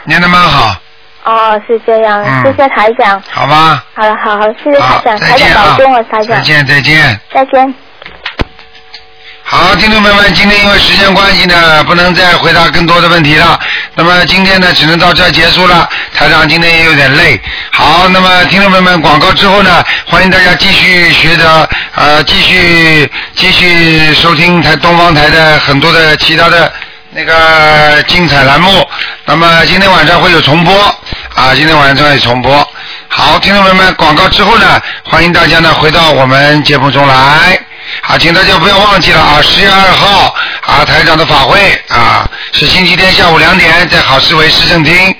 Speaker 2: 念的蛮好，
Speaker 9: 哦，是这样，
Speaker 2: 嗯
Speaker 9: 谢谢台长。
Speaker 2: 好吧？
Speaker 9: 好了，好好，谢谢台长，
Speaker 2: 再
Speaker 9: 台长
Speaker 2: 见啊
Speaker 9: 保重啊，台长。
Speaker 2: 再见，再见。
Speaker 9: 再见。
Speaker 2: 好，听众朋友们，今天因为时间关系呢，不能再回答更多的问题了。那么今天呢，只能到这儿结束了。台长今天也有点累。好，那么听众朋友们，广告之后呢，欢迎大家继续学着呃，继续继续收听台东方台的很多的其他的那个精彩栏目。那么今天晚上会有重播啊，今天晚上会有重播。好，听众朋友们，广告之后呢，欢迎大家呢回到我们节目中来。好，请大家不要忘记了啊，十月二号啊，台长的法会啊，是星期天下午两点在好思维市政厅。